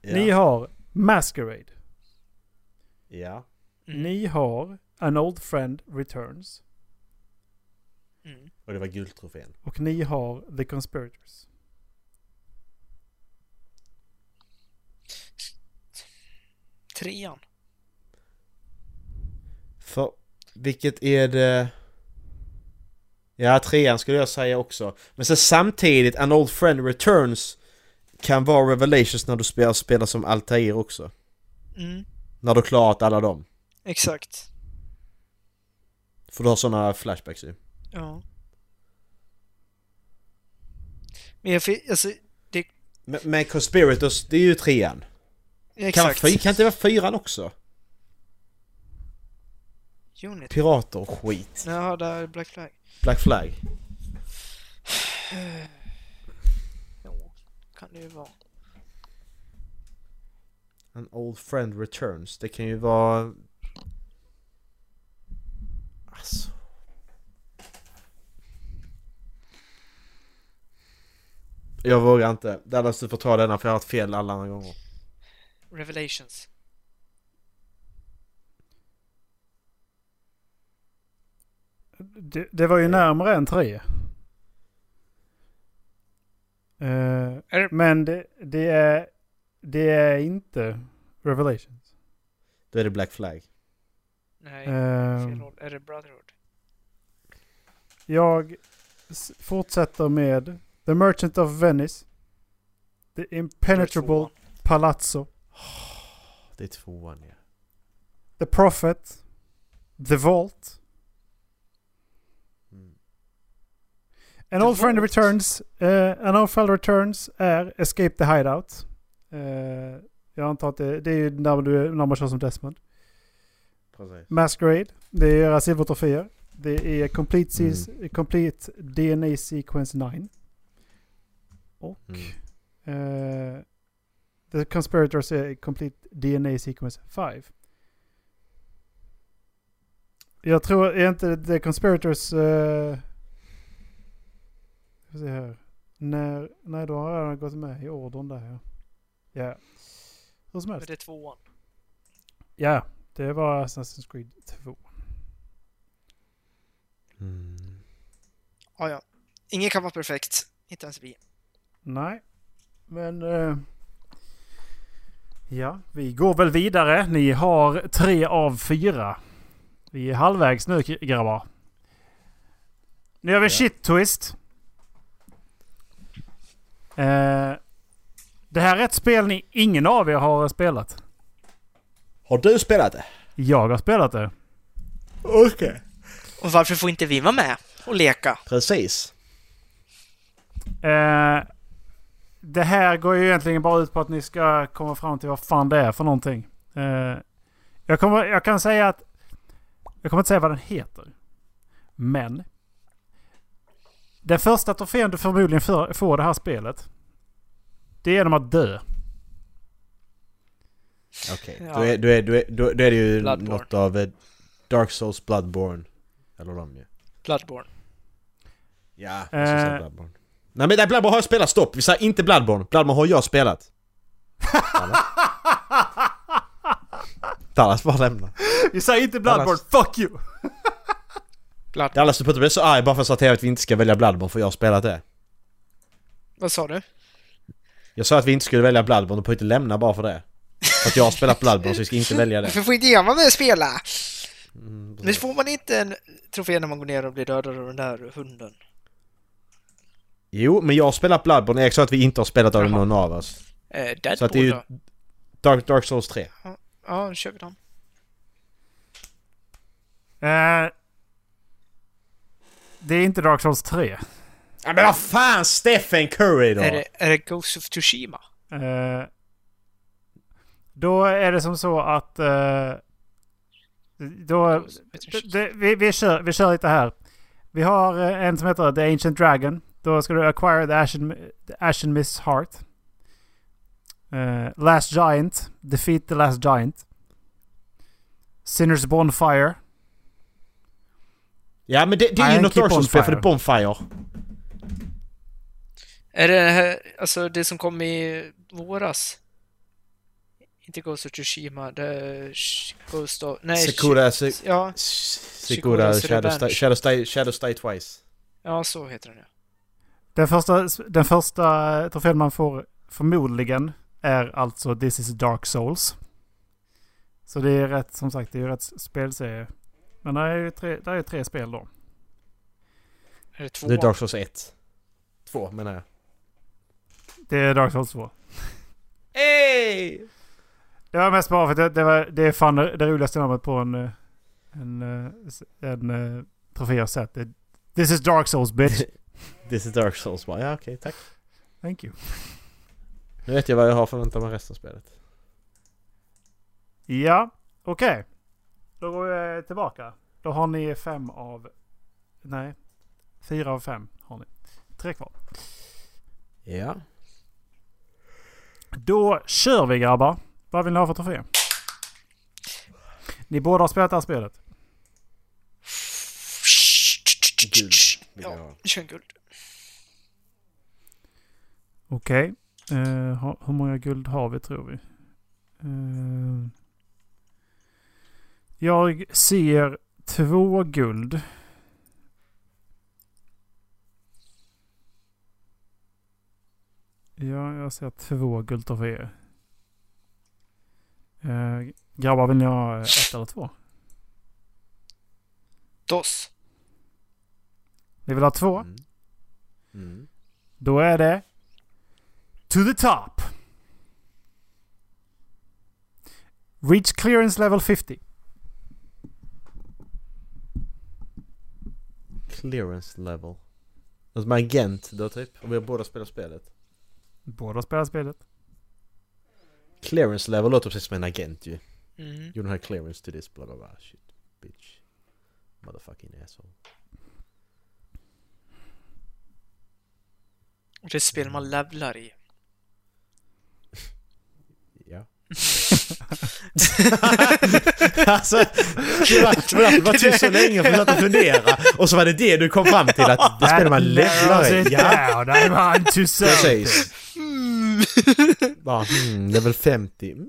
E: Ja.
C: Ni har Masquerade.
E: Ja.
D: Mm.
C: Ni har An Old Friend Returns.
D: Mm.
E: Och det var guldtrofén.
C: Och ni har The Conspirators.
D: Trean.
E: För vilket är det... Ja, trean skulle jag säga också. Men sen samtidigt, An Old Friend Returns kan vara Revelations när du spelar, spelar som Altair också.
D: Mm.
E: När du har klarat alla dem.
D: Exakt.
E: För du har sådana flashbacks ju.
D: Ja. Men jag fick, alltså, det...
E: Men, men Conspirators, det är ju trean. Kan,
D: Exakt.
E: fy, kan inte det vara fyran också?
D: Unit.
E: Pirater och skit.
D: Jaha, där är Black Flag.
E: Black Flag.
D: Ja, kan det ju vara.
E: An Old Friend Returns. Det kan ju vara... Alltså... Jag vågar inte. Dallas du får ta denna för jag har haft fel alla andra gånger.
D: Revelations.
C: Det, det var ju närmare än tre. Eh,
D: Är
E: Mm.
D: det...
C: men det, det, är, det är inte Revelations.
E: Då är det Black Flag.
D: Nej, fel
E: Ehm.
C: Eh,
D: roll. Är det Brotherhood?
C: jag s- fortsätter med The Merchant of Venice. The Impenetrable
D: Tvåan.
C: Palazzo.
E: Det är tvåan ja.
C: The Prophet. The Vault.
E: Mm.
C: An
D: The
C: Old Friend
D: Vault.
C: Returns. eh, An Old Friend Returns är Escape the Hideout. Eh, jag antar att det, det är ju när, du, när man kör som Desmond.
E: Precis.
C: Masquerade. Det är era silvertroféer. Det är Complete, Seas, Complete DNA Sequence 9. Och eh, The Conspirators är Complete DNA Sequence 5. Jag tror, är inte The Conspirators... Eh, ska se här. När, nej, då har jag redan gått med i ordern där ja. Ja. Hur som helst.
D: Men det är tvåan.
C: Ja, det var Assassin's Creed 2.
E: Mm.
D: Ja, Ah, ja. Ingen kan vara perfekt. Inte ens vi.
C: Nej, men... eh, ja, vi går väl vidare. Ni har tre av fyra. Vi är halvvägs nu k- grabbar. Nu gör vi en shit twist. Eh, det här är ett spel ni ingen av er har spelat.
E: Har du spelat det?
C: Jag har spelat det.
E: Okej.
D: Och varför får inte vi vara med och leka?
E: Precis.
C: Eh, det här går ju egentligen bara ut på att ni ska komma fram till vad fan det är för någonting. Eh, jag, kommer, jag kan säga att... Jag kommer inte säga vad den heter. Men Den första trofén du förmodligen för- får i det här spelet. Det är genom att dö.
E: Okej,
D: Ja.
E: då, är, då, är, då, är, då, då är det ju
D: Bloodborne.
E: något av eh, Dark Souls Bloodborne. Eller de ju.
D: Bloodborne.
E: Ja,
C: Eh.
E: jag ska säga Bloodborne. Nej men nej, Bloodborne har jag spelat, stopp! Vi säger inte Bloodborne, Bloodborne har jag spelat. Dallas. Dallas bara lämna.
C: Vi säger inte
E: Bloodborne,
C: fuck you!
D: Blood...
E: Dallas du behöver inte bli så arg bara för att jag sa till er att vi inte ska välja Bloodborne för jag har spelat det.
D: Vad sa du?
E: Jag sa att vi inte skulle välja Bloodborne, du behöver inte lämna bara för det. För att jag har spelat Bloodborne så vi ska inte välja det. Mm,
D: Varför får inte jag vara med och spela? Men får man inte en trofé när man går ner och blir dödad av den där hunden?
E: Jo, men jag har spelat Bloodborne, Erik sa att vi inte har spelat av
D: Jaha.
E: någon av oss.
D: Eh,
E: Så
D: Deadpool
E: att det är ju
D: då?
E: Dark, Dark Souls 3.
D: Ja, då kör vi den.
C: Eh, det är inte Dark Souls 3.
E: Ja, men vad fan Stephen Curry då?
D: Är, det, är det Ghost of Tsushima?
C: Eh, då är det som så att... Eh, då, det, det, vi, vi, kör, vi kör lite här. Vi har eh, en som heter The Ancient Dragon. Då ska du acquire the Ashen, the Ashen Miss Heart. Eh, last Giant. Defeat the Last Giant. Sinners Bonfire.
E: Ja men det, det är ju
C: Iron
E: något
C: Keep
E: Dark
C: on
E: Souls-spel för det
C: Fire.
E: är Bonfire.
D: Är det här, alltså det som kom i våras? Inte Ghost of Tsushima, det är Sh- Ghost of... Nej,
E: Sekura, se,
D: Sh- Ja,
E: Sekura,
D: Sekura's
E: Shadow
D: Revenge.
E: Stay, Shadow Stay, Shadow Stay Twice.
D: ja, så heter den ja.
C: Den första, den första trofén man får förmodligen är alltså This is Dark Souls. Så det är rätt, som sagt, det är ju rätt spelserie. Men det är ju tre, det är ju tre spel då.
D: Är det två?
E: Det är Dark Souls 1. 2 menar jag.
C: Det är Dark Souls 2.
E: Hey!
C: Det var mest bara för att det, det, var, det är fan det det roligaste namnet på en, eh, en, eh, en, eh, trofé jag sett. Det- This is Dark Souls bitch.
E: This is Dark Souls bara. Ja okej, tack.
C: Thank you.
E: Nu vet jag vad jag har förväntat mig resten av spelet.
C: Ja, okej. Då går vi tillbaka. Då har ni fem av... Nej, fyra av fem har ni. Tre kvar.
E: Ja.
C: Då kör vi grabbar. Vad vill ni ha för trofé? Ni båda har spelat det här spelet.
E: Guld vill jag
D: Ja,
E: ha.
D: kör en guld.
C: Okej. Eh, ha- hur många guld har vi tror vi? Eh, jag ser två guld. Ja, jag ser två guld av er. Eh, grabbar, vill ni ha ett eller två?
D: Dos.
C: Ni vill ha två?
E: Mm. Mm.
C: Då är det... To the top! Reach clearance level 50.
E: Clearance level. Något med agent då typ? Om vi båda spelar spelet.
C: Båda spelar spelet.
E: Clearance level låter precis som en agent ju.
D: Mm.
E: You don't have clearance to this, blah blah blah. Shit, bitch. Motherfucking asshole.
D: Och det är spel man levlar i.
E: Ja. *laughs* alltså, det var, det var, det var tusen länge för att jag fundera. Och så var det det du kom fram till att det spelar man lättare. Ja,
C: Ja, alltså, det var en tusen.
E: precis. Bara, hmm, level 50. Mm.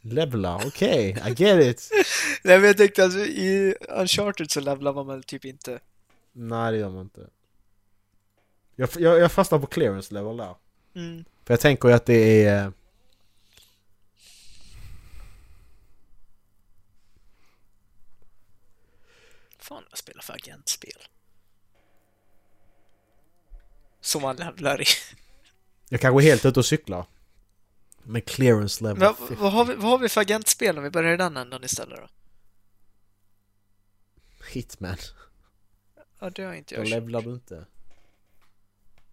E: Levla, okej, I get it.
D: Nej men jag tänkte alltså i Uncharted så levlar man väl typ inte.
E: Nej, det gör man inte. Jag, jag, jag fastnar på clearance level där.
D: Mm.
E: För jag tänker ju att det är... eh,
D: Fan jag spelar för agentspel. Som man levlar i.
E: Jag kanske är helt ute och cyklar. Men clearance
D: *laughs*
E: level
D: Men,
E: 50.
D: vad, har vi, vad har vi för agentspel om vi börjar i den ändan istället då?
E: Hitman.
D: Ja det har inte
E: Då
D: jag
E: levlar du inte.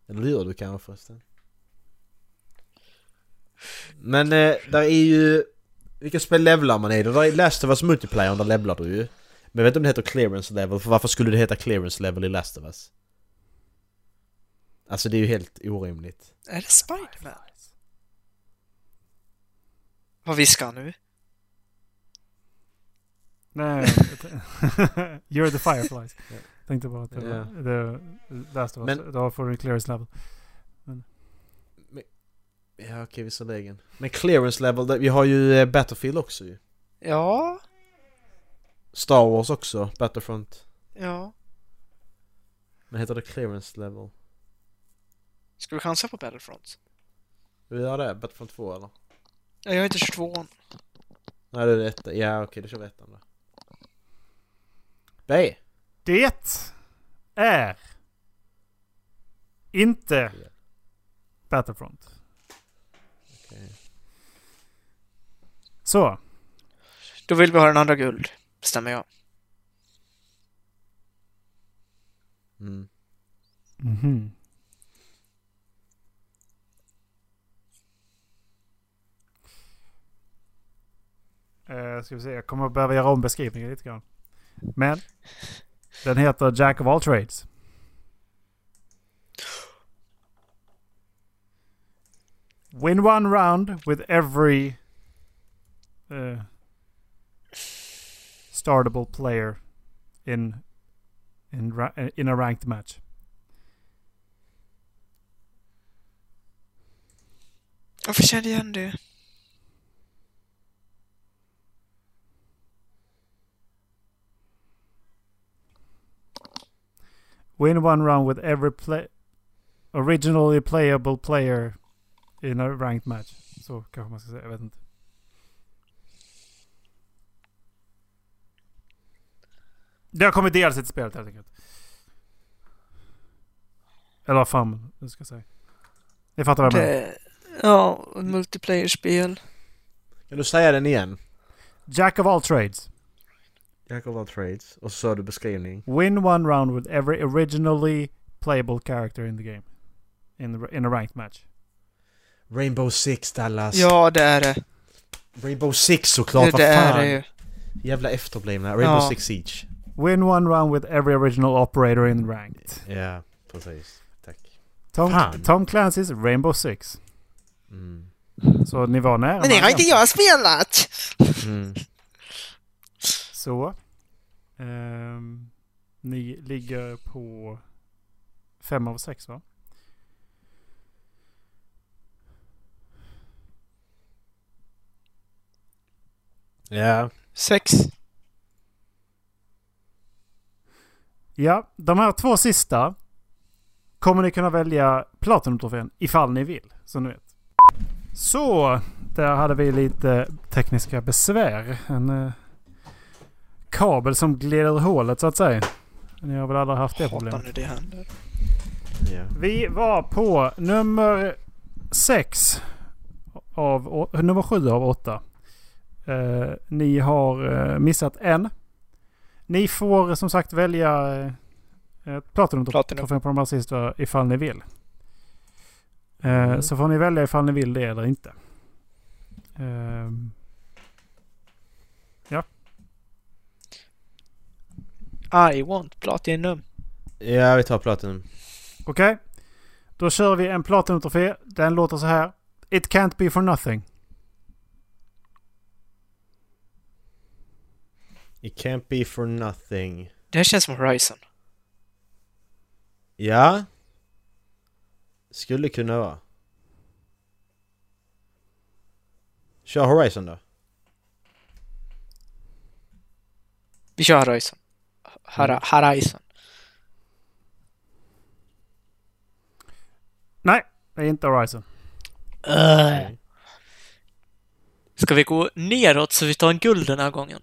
E: Eller det gör du kanske förresten. Men eh, där är ju... Vilka spel levlar man i? Det där är Last of Us Multiplayer, där levlar du ju. Men jag vet inte om det heter clearance level, för varför skulle det heta clearance level i Last of Us? Alltså det är ju helt orimligt.
D: Är det Spiderman? Vad viskar han nu?
C: Nej, *laughs* You're the Fireflies. Tänkte bara att det
E: Ja.
C: var det Last of Us.
E: Men-
C: Då får du clearance level.
E: Ja okej visserligen. Men clearance level, där- vi har ju eh, Battlefield också ju.
D: Ja,
E: Star Wars också, Battlefront.
D: ja.
E: Men heter det clearance level?
D: Ska vi chansa på Battlefront?
E: Vi har det, Battlefront 2 eller?
D: Ja, jag är inte 22
E: Nej det är rätt. Ja okej, då kör vi ettan då. B!
C: Det är inte Battlefront.
E: Okej.
C: Så,
D: Då vill vi ha den andra guld, bestämmer jag.
E: Mm.
C: Mhm. Eh, ska vi se, jag kommer att behöva göra om beskrivningen lite grann. Men den heter Jack of all trades. Win one round with every eh, startable player in in, ra- in a ranked match.
D: Varför känner jag igen det?
C: Win one round with every play originally playable player in a ranked match. Så kanske man ska säga, jag vet inte. Det har kommit DLC till spelet helt enkelt. Eller vad fan nu ska jag säga. Ni fattar vad jag menar.
D: det ja, och multiplayer-spel.
E: Kan du säga den igen?
C: Jack of all trades.
E: Jack of all trades. Och så sa du beskrivning.
C: Win one round with every originally playable character in the game. In, the, in a ranked match.
E: Rainbow Six Dallas.
D: Ja, det är det.
E: Rainbow Six såklart,
D: Det,
E: vad
D: det är det
E: fan!
D: ju.
E: Jävla efterblivna. Rainbow
D: Ja.
E: Six Siege.
C: Win one round with every original operator in ranked.
E: Ja, precis. Tack.
C: Tom,
E: Fan.
C: Tom Clancy's Rainbow Six.
E: Mm.
C: Så ni var nära.
D: Men det har inte jag spelat!
E: Mm.
C: Så. ehm, ni ligger på fem av sex va?
E: Ja.
D: Sex.
C: Ja, de här två sista kommer ni kunna välja Platinum-trofén ifall ni vill. Så ni vet. Så, där hade vi lite tekniska besvär. En eh, kabel som gled ur hålet så att säga. Ni har väl aldrig haft det problemet?
D: Hatar när det händer.
E: ja.
C: Vi var på nummer sex av, å- nummer sju av åtta. Eh, ni har eh, missat en. Ni får eh, som sagt välja eh, ett
D: Platinum.
C: Platinum-trofén på de här sista ifall ni vill. Eh,
E: Mm.
C: Så får ni välja ifall ni vill det eller inte. Ehm,
D: Ah, I want platinum.
E: Ja, vi tar Platinum.
C: Okej, då kör vi en Platinum-trofé. Den låter så här. It can't be for nothing.
E: It can't be for nothing.
D: Det här känns som Horizon.
E: Ja. Skulle kunna vara. Kör Horizon då.
D: Vi kör Horizon. Hara, Horizon.
C: Nej, det är inte Horizon.
E: Okej.
D: Mm. Ska vi gå neråt så vi tar en guld den här gången?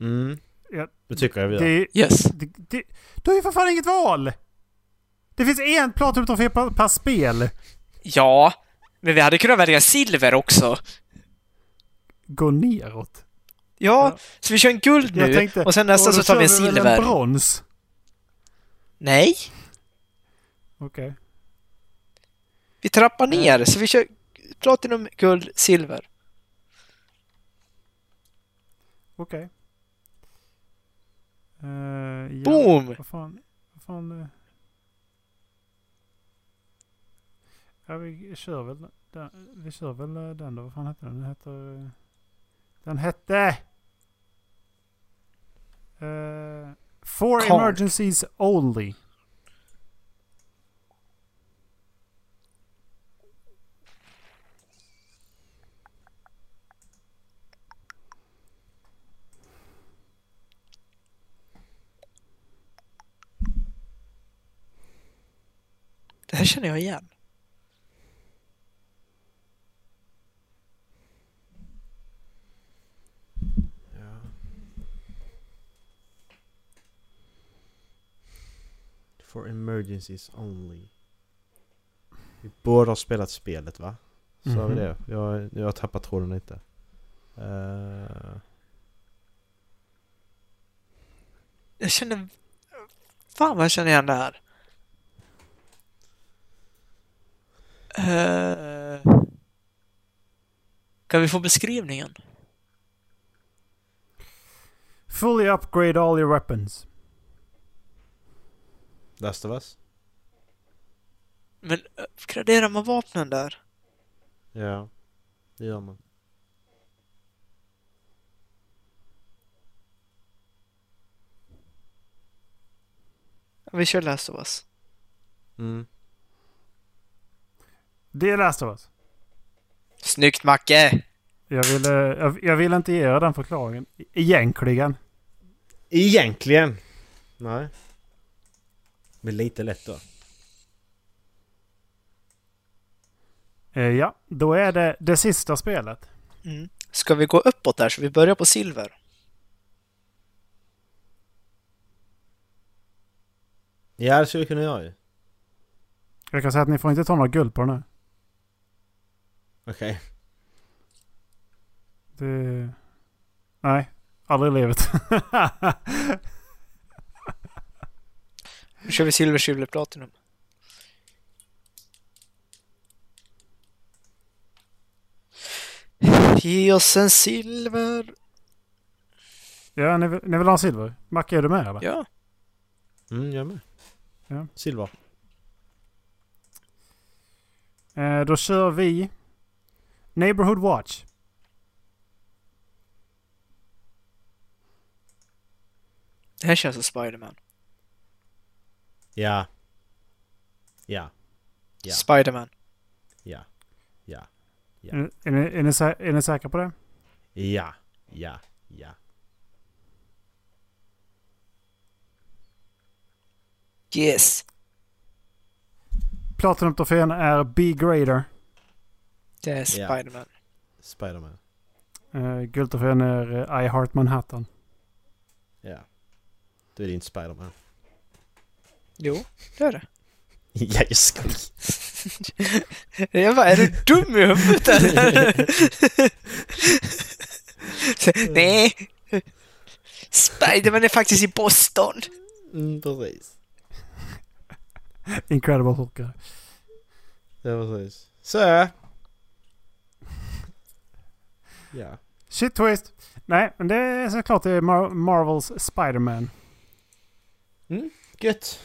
E: Mm.
C: Ja,
E: Det tycker jag vi gör.
C: Det,
D: Yes.
C: det, det, du har ju för fan inget val! Det finns en typ platinumtrofé per, per spel.
D: Ja, men vi hade kunnat välja silver också.
C: Gå neråt.
D: Ja,
C: Ja.
D: så vi kör en guld nu och sen nästa
C: och då
D: så tar vi en
C: kör väl
D: silver.
C: En brons.
D: Nej,
C: Okej.
D: vi trappar ner så vi kör platinum, guld, silver.
C: Okej. Eh, ja.
D: Boom!
C: Vad fan. Vad fan. eh. Ja, vi kör väl den, vi kör väl eh, den då. Vad fan hette den? Den heter... eh, Den hette... eh, for
E: Card.
C: emergencies only.
D: Det här känner jag igen.
E: For emergencies only. Vi båda har spelat spelet va? Så har vi
C: Mhm.
E: det. Jag, jag har tappat tråden lite. Eh,
D: Jag känner... Fan vad jag känner igen det här. Eh, Kan vi få beskrivningen?
C: Fully upgrade all your weapons.
E: Last of us?
D: Men eh, graderar man vapnen där?
E: Ja. Det gör man.
D: Vi kör Last of Us.
E: Mm.
C: Det är Last of Us.
D: Snyggt Macke!
C: Jag ville, jag, jag ville inte ge er den förklaringen. E- Egentligen.
E: Egentligen. Nej. Men lite lätt då.
C: Eh, ja, då är det det sista spelet.
D: Mm. Ska vi gå uppåt där så vi börjar på silver?
E: Ja, det skulle jag kunna göra ju.
C: Jag kan säga att ni får inte ta några guld på den här.
E: Okej.
C: Det... Nej, aldrig i livet. *laughs*
D: Nu kör vi silver, silver, platinum. Ge oss en silver!
C: ja, ni, vill- ni vill ha en silver? Macke, är du med eller?
D: Ja,
E: Mm, jag med.
C: Ja.
E: Silver.
C: Eh, då kör vi Neighborhood Watch.
D: det här känns som Spiderman.
E: Ja. Ja. Ja.
D: Spiderman.
E: Ja. Ja.
C: Är, är, ni, är, ni, sä- är ni säkra på det?
E: Ja. Ja. Ja.
D: Yes!
C: Platinum-trofén är B-grader.
D: Det är
E: Ja.
D: Spiderman.
E: Spiderman.
C: Eh, Guldtrofén är eh, I Heart Manhattan.
E: Ja. Då är det inte Spiderman.
D: Jo, det är det.
E: ja, jag skojar.
D: *laughs* Jag bara, är du dum i huvudet eller? Så, *laughs* Nej! Spiderman är faktiskt i Boston!
E: Mm, precis.
C: Incredible Hulk. är det.
E: Ja, precis. Så. Ja.
C: Shit twist! Nej, men det är såklart det är Mar- Marvels Spider-Man.
E: Gött.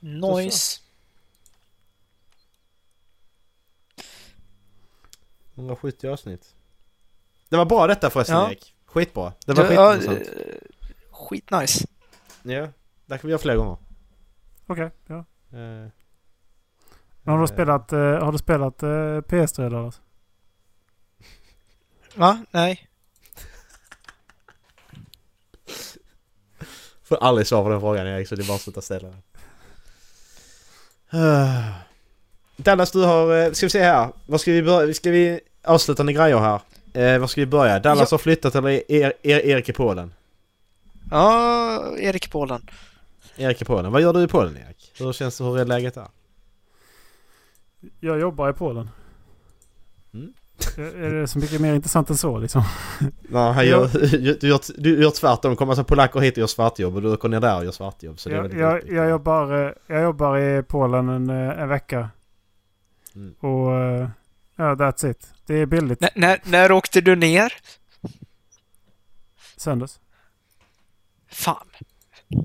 D: Nice.
E: 170 avsnitt. Det var bra detta förresten
D: Ja.
E: Erik. Skitbra. Det var
D: Ja,
E: skitintressant.
D: eh, Skitnice.
E: Ja. Det kan vi göra fler gånger.
C: Okej, ja.
E: Eh,
C: Men har du
E: eh,
C: spelat, eh, har du spelat eh, PS3 eller? något?
D: Va? Nej.
E: Får aldrig svar på den frågan Erik så det är bara att sluta ställa den. Ah. Dallas du har, eh, ska vi se här. Vad ska vi börja, ska vi avslutande grejer här. Eh, var ska vi börja? Dallas har flyttat eller er, er, Erik i Polen?
D: Ja, Erik Polen.
E: Erik i Polen. Vad gör du i Polen Erik? Hur känns det, hur är läget där?
C: Jag jobbar i Polen.
E: Mm.
C: är är det så mycket mer intressant än så liksom?
E: Nej, han gör, *laughs* du, gör, du gör tvärtom. Kommer alltså polacker hit och gör svartjobb och du åker ner där och gör svartjobb. Så det är
C: Jag,
E: väldigt
C: jag,
E: utbyte.
C: jag, jobbar, eh, jag jobbar i Polen en, eh, en vecka.
E: Mm.
C: Och eh, ja, that's it. Det är billigt.
D: N- när, när åkte du ner?
C: Söndags.
D: Fan.
C: Eh,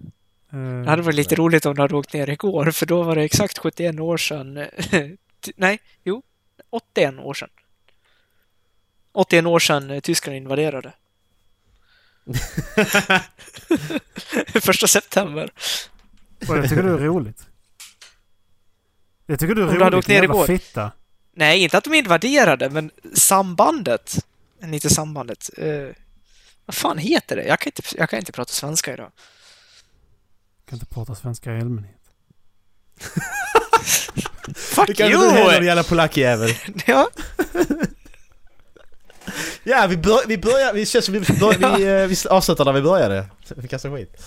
D: Mm. Det hade varit lite roligt om du hade åkt ner igår, för då var det exakt 71 år sedan *laughs* eh, t- nej, jo, 81 år sedan. 81 år sedan eh, Tyskland invaderade. *laughs* Första september.
C: Och det tycker du är roligt. Det tycker du är
D: Om du
C: roligt,
D: hade åkt ner
C: jävla
D: igår.
C: fitta.
D: Nej, inte att de invaderade, men sambandet. Nej, inte sambandet. Eh, vad fan heter det? Jag kan, inte, jag kan inte prata svenska idag.
C: Jag kan inte prata svenska i allmänhet.
E: Du
D: Fuck
E: kan
D: you!
E: inte heller jävla polackjävel.
D: Ja,
E: Ja, vi, bör, vi börjar, vi känns som vi, bör, vi, eh, vi avslutar där vi började. Vi kastar skit.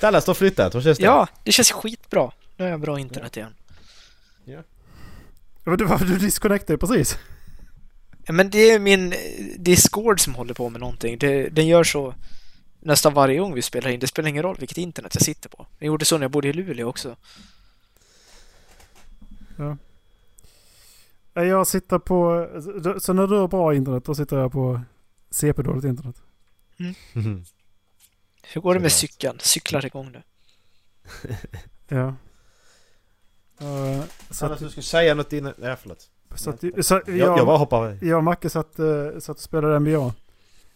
E: Dallas, du har flyttat, hur känns det?
D: ja, det känns skitbra. Nu har jag bra internet igen.
C: Ja, Men du, varför du disconnectade ju precis.
D: Men det är min eh, Discord som håller på med någonting. Det, den gör så nästan varje gång vi spelar in. Det spelar ingen roll vilket internet jag sitter på. Jag gjorde så när jag bodde i Luleå också.
C: Nej, Jag sitter på... Så när du har bra internet, då sitter jag på CP-dåligt internet.
E: Mhm.
D: Hur går det med
E: Såklart.
D: cykeln? Cyklar igång nu.
C: Ja. Eh, Så
E: *laughs* Dallas,
C: att,
E: du skulle säga något innan... Nej, förlåt.
C: så att, så
E: Jag, jag,
C: jag,
E: bara hoppar över.
C: jag och Macke satt, eh, satt och spelade NBA.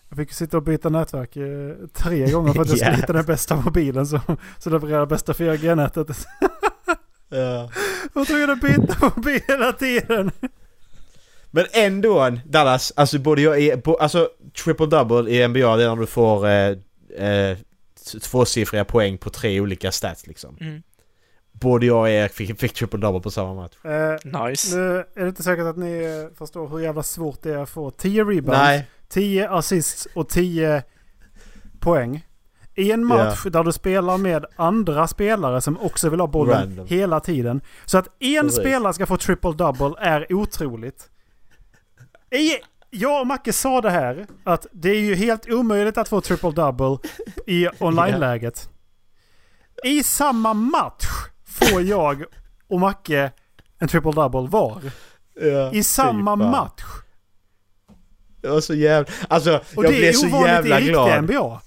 C: Jag fick sitta och byta nätverk eh, tre gånger för att jag skulle
E: *laughs* Ja.
C: hitta den bästa mobilen som, som levererar bästa 4G-nätet.
E: Ja.
C: Jag tog jag att byta mobil hela tiden.
E: Men ändå, Dallas, alltså både jag är... bo- Alltså, triple double i NBA, det är när du får eh, eh, t- tvåsiffriga poäng på tre olika stats liksom.
D: Mm.
E: Både jag och Erik fick, fick triple double på samma match.
C: Eh,
D: Nice.
C: Nu är det inte säkert att ni eh, förstår hur jävla svårt det är att få 10 rebounds,
E: Nej.
C: 10 assists och 10 poäng. I en match där du spelar med andra spelare som också vill ha bollen
E: Random.
C: hela tiden. Så att en
E: Precis.
C: spelare ska få triple-double är otroligt. I, jag och Macke sa det här, att det är ju helt omöjligt att få triple-double
E: *laughs*
C: i online-läget. I samma match får jag och Macke en triple-double var.
E: Ja,
C: I samma
E: fy fan.
C: match.
E: Jag var så jävla... Alltså,
C: Och
E: jag
C: det är
E: blev så
C: ovanligt i
E: jävla
C: riktiga
E: glad.
C: NBA.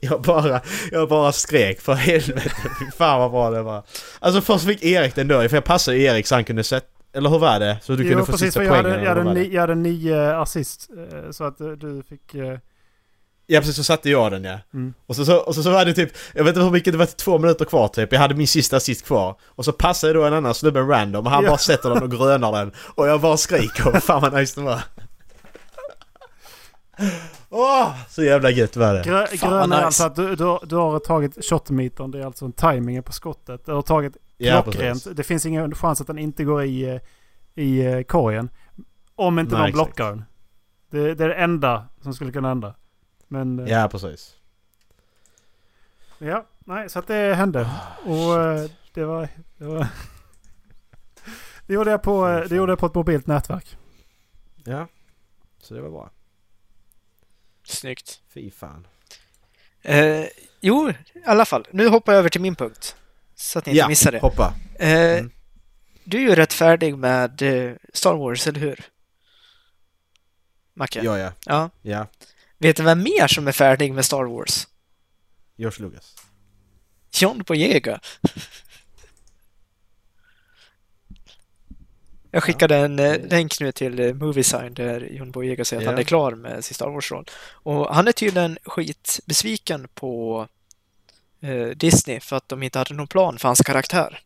E: *laughs* jag, bara, jag bara skrek för helvete. *laughs* Fy fan vad bra det var. Alltså först fick Erik den då, för jag passade ju Erik så han kunde sätta... Eller hur var det? Så du kunde
C: Jo,
E: få
C: precis.
E: sista
C: För jag,
E: poängen.
C: hade,
E: eller
C: jag,
E: vad
C: hade
E: var det?
C: ni, jag hade nio assist. eh, Så att eh, du fick... eh,
E: Ja precis, så satte jag den ja.
C: Mm.
E: Och, så, så, och så, så var det typ, jag vet inte hur mycket, det var två minuter kvar typ. Jag hade min sista assist kvar. Och så passade då en annan snubbe random och han
C: Ja.
E: bara sätter den och grönar den. Och jag bara skriker, fan vad nice
C: *laughs*
E: det var. Åh, så jävla gött var det.
C: Grö,
D: Fan,
C: grön är
D: nice.
C: alltså att du, du, har- du har tagit shotmetern. Det är alltså en tajmingen på skottet. Du har tagit
E: Ja,
C: klockrent.
E: precis.
C: det finns ingen chans att den inte går i, eh, i eh, korgen. Om inte
E: Nej,
C: någon
E: exakt.
C: blockar den. Det, det är det enda som skulle kunna hända. Men eh, ja,
E: Ja, precis.
C: nej, så att det hände.
E: Ah,
C: Och eh, det var... Det, var *laughs* det, gjorde jag på, eh, det gjorde jag på ett mobilt nätverk.
E: Ja. Så det var bra.
D: Snyggt.
E: Fy fan.
D: Eh, jo, i alla fall. Nu hoppar jag över till min punkt. Så att ni inte
E: Ja,
D: missar det.
E: hoppa.
D: Eh,
E: Mm.
D: Du är ju rättfärdig med eh, Star Wars, eller hur? Macke?
E: Ja, ja.
D: ja.
E: Ja.
D: Vet du vem mer som är färdig med Star Wars?
E: George Lucas.
D: John Boyega. Jag skickade en eh, länk nu till eh, Moviesign där John Boyega säger att
E: Ja.
D: han är klar med sin Star Wars-roll. Och han är tydligen skitbesviken på eh, Disney för att de inte hade någon plan för hans karaktär.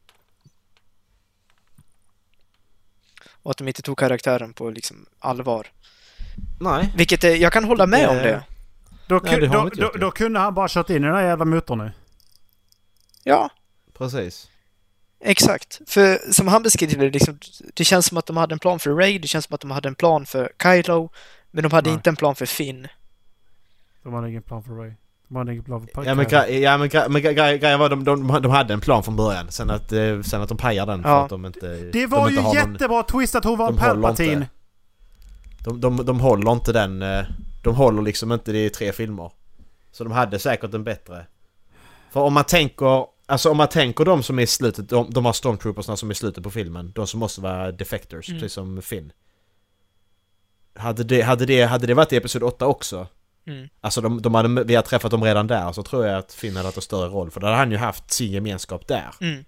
D: Och att de inte tog karaktären på liksom allvar.
E: Nej.
D: Vilket eh, jag kan hålla med om
E: Eh,
D: det.
C: Då,
E: Nej,
C: ku-
E: det har
C: då,
E: vi inte
C: då,
E: gjort,
C: då
E: ja.
C: kunde han bara kört in i den här jävla motorn nu.
D: Ja,
E: Precis.
D: Exakt. För som han beskriver det, liksom, det känns som att de hade en plan för Ray, det känns som att de hade en plan för Kylo, men de hade
C: Nej.
D: inte en plan för Finn.
C: De hade ingen plan för Ray. De hade ingen plan för Pac.
E: Ja men, gre- ja, men, gre- men gre- gre- grejen var de, de, de hade en plan från början. Sen att, eh, sen att de pajar den för
D: Ja.
E: att de inte...
C: det var
E: de inte
C: ju
E: har någon-
C: jättebra twist att hon var en
E: de håller inte.
C: Palpatine.
E: De, de, de håller inte den... eh, De håller liksom inte det i tre filmer. Så de hade säkert en bättre. För om man tänker... Alltså om man tänker de som är i slutet, de, de här stormtroopersna som är i slutet på filmen. De som måste vara defectors,
D: Mm.
E: precis som Finn. Hade det, hade det, hade det varit i Episod 8 också?
D: Mm.
E: Alltså de, de hade, vi har träffat dem redan där, så tror jag att Finn hade haft en större roll. För då hade han ju haft sin gemenskap där.
D: Mm.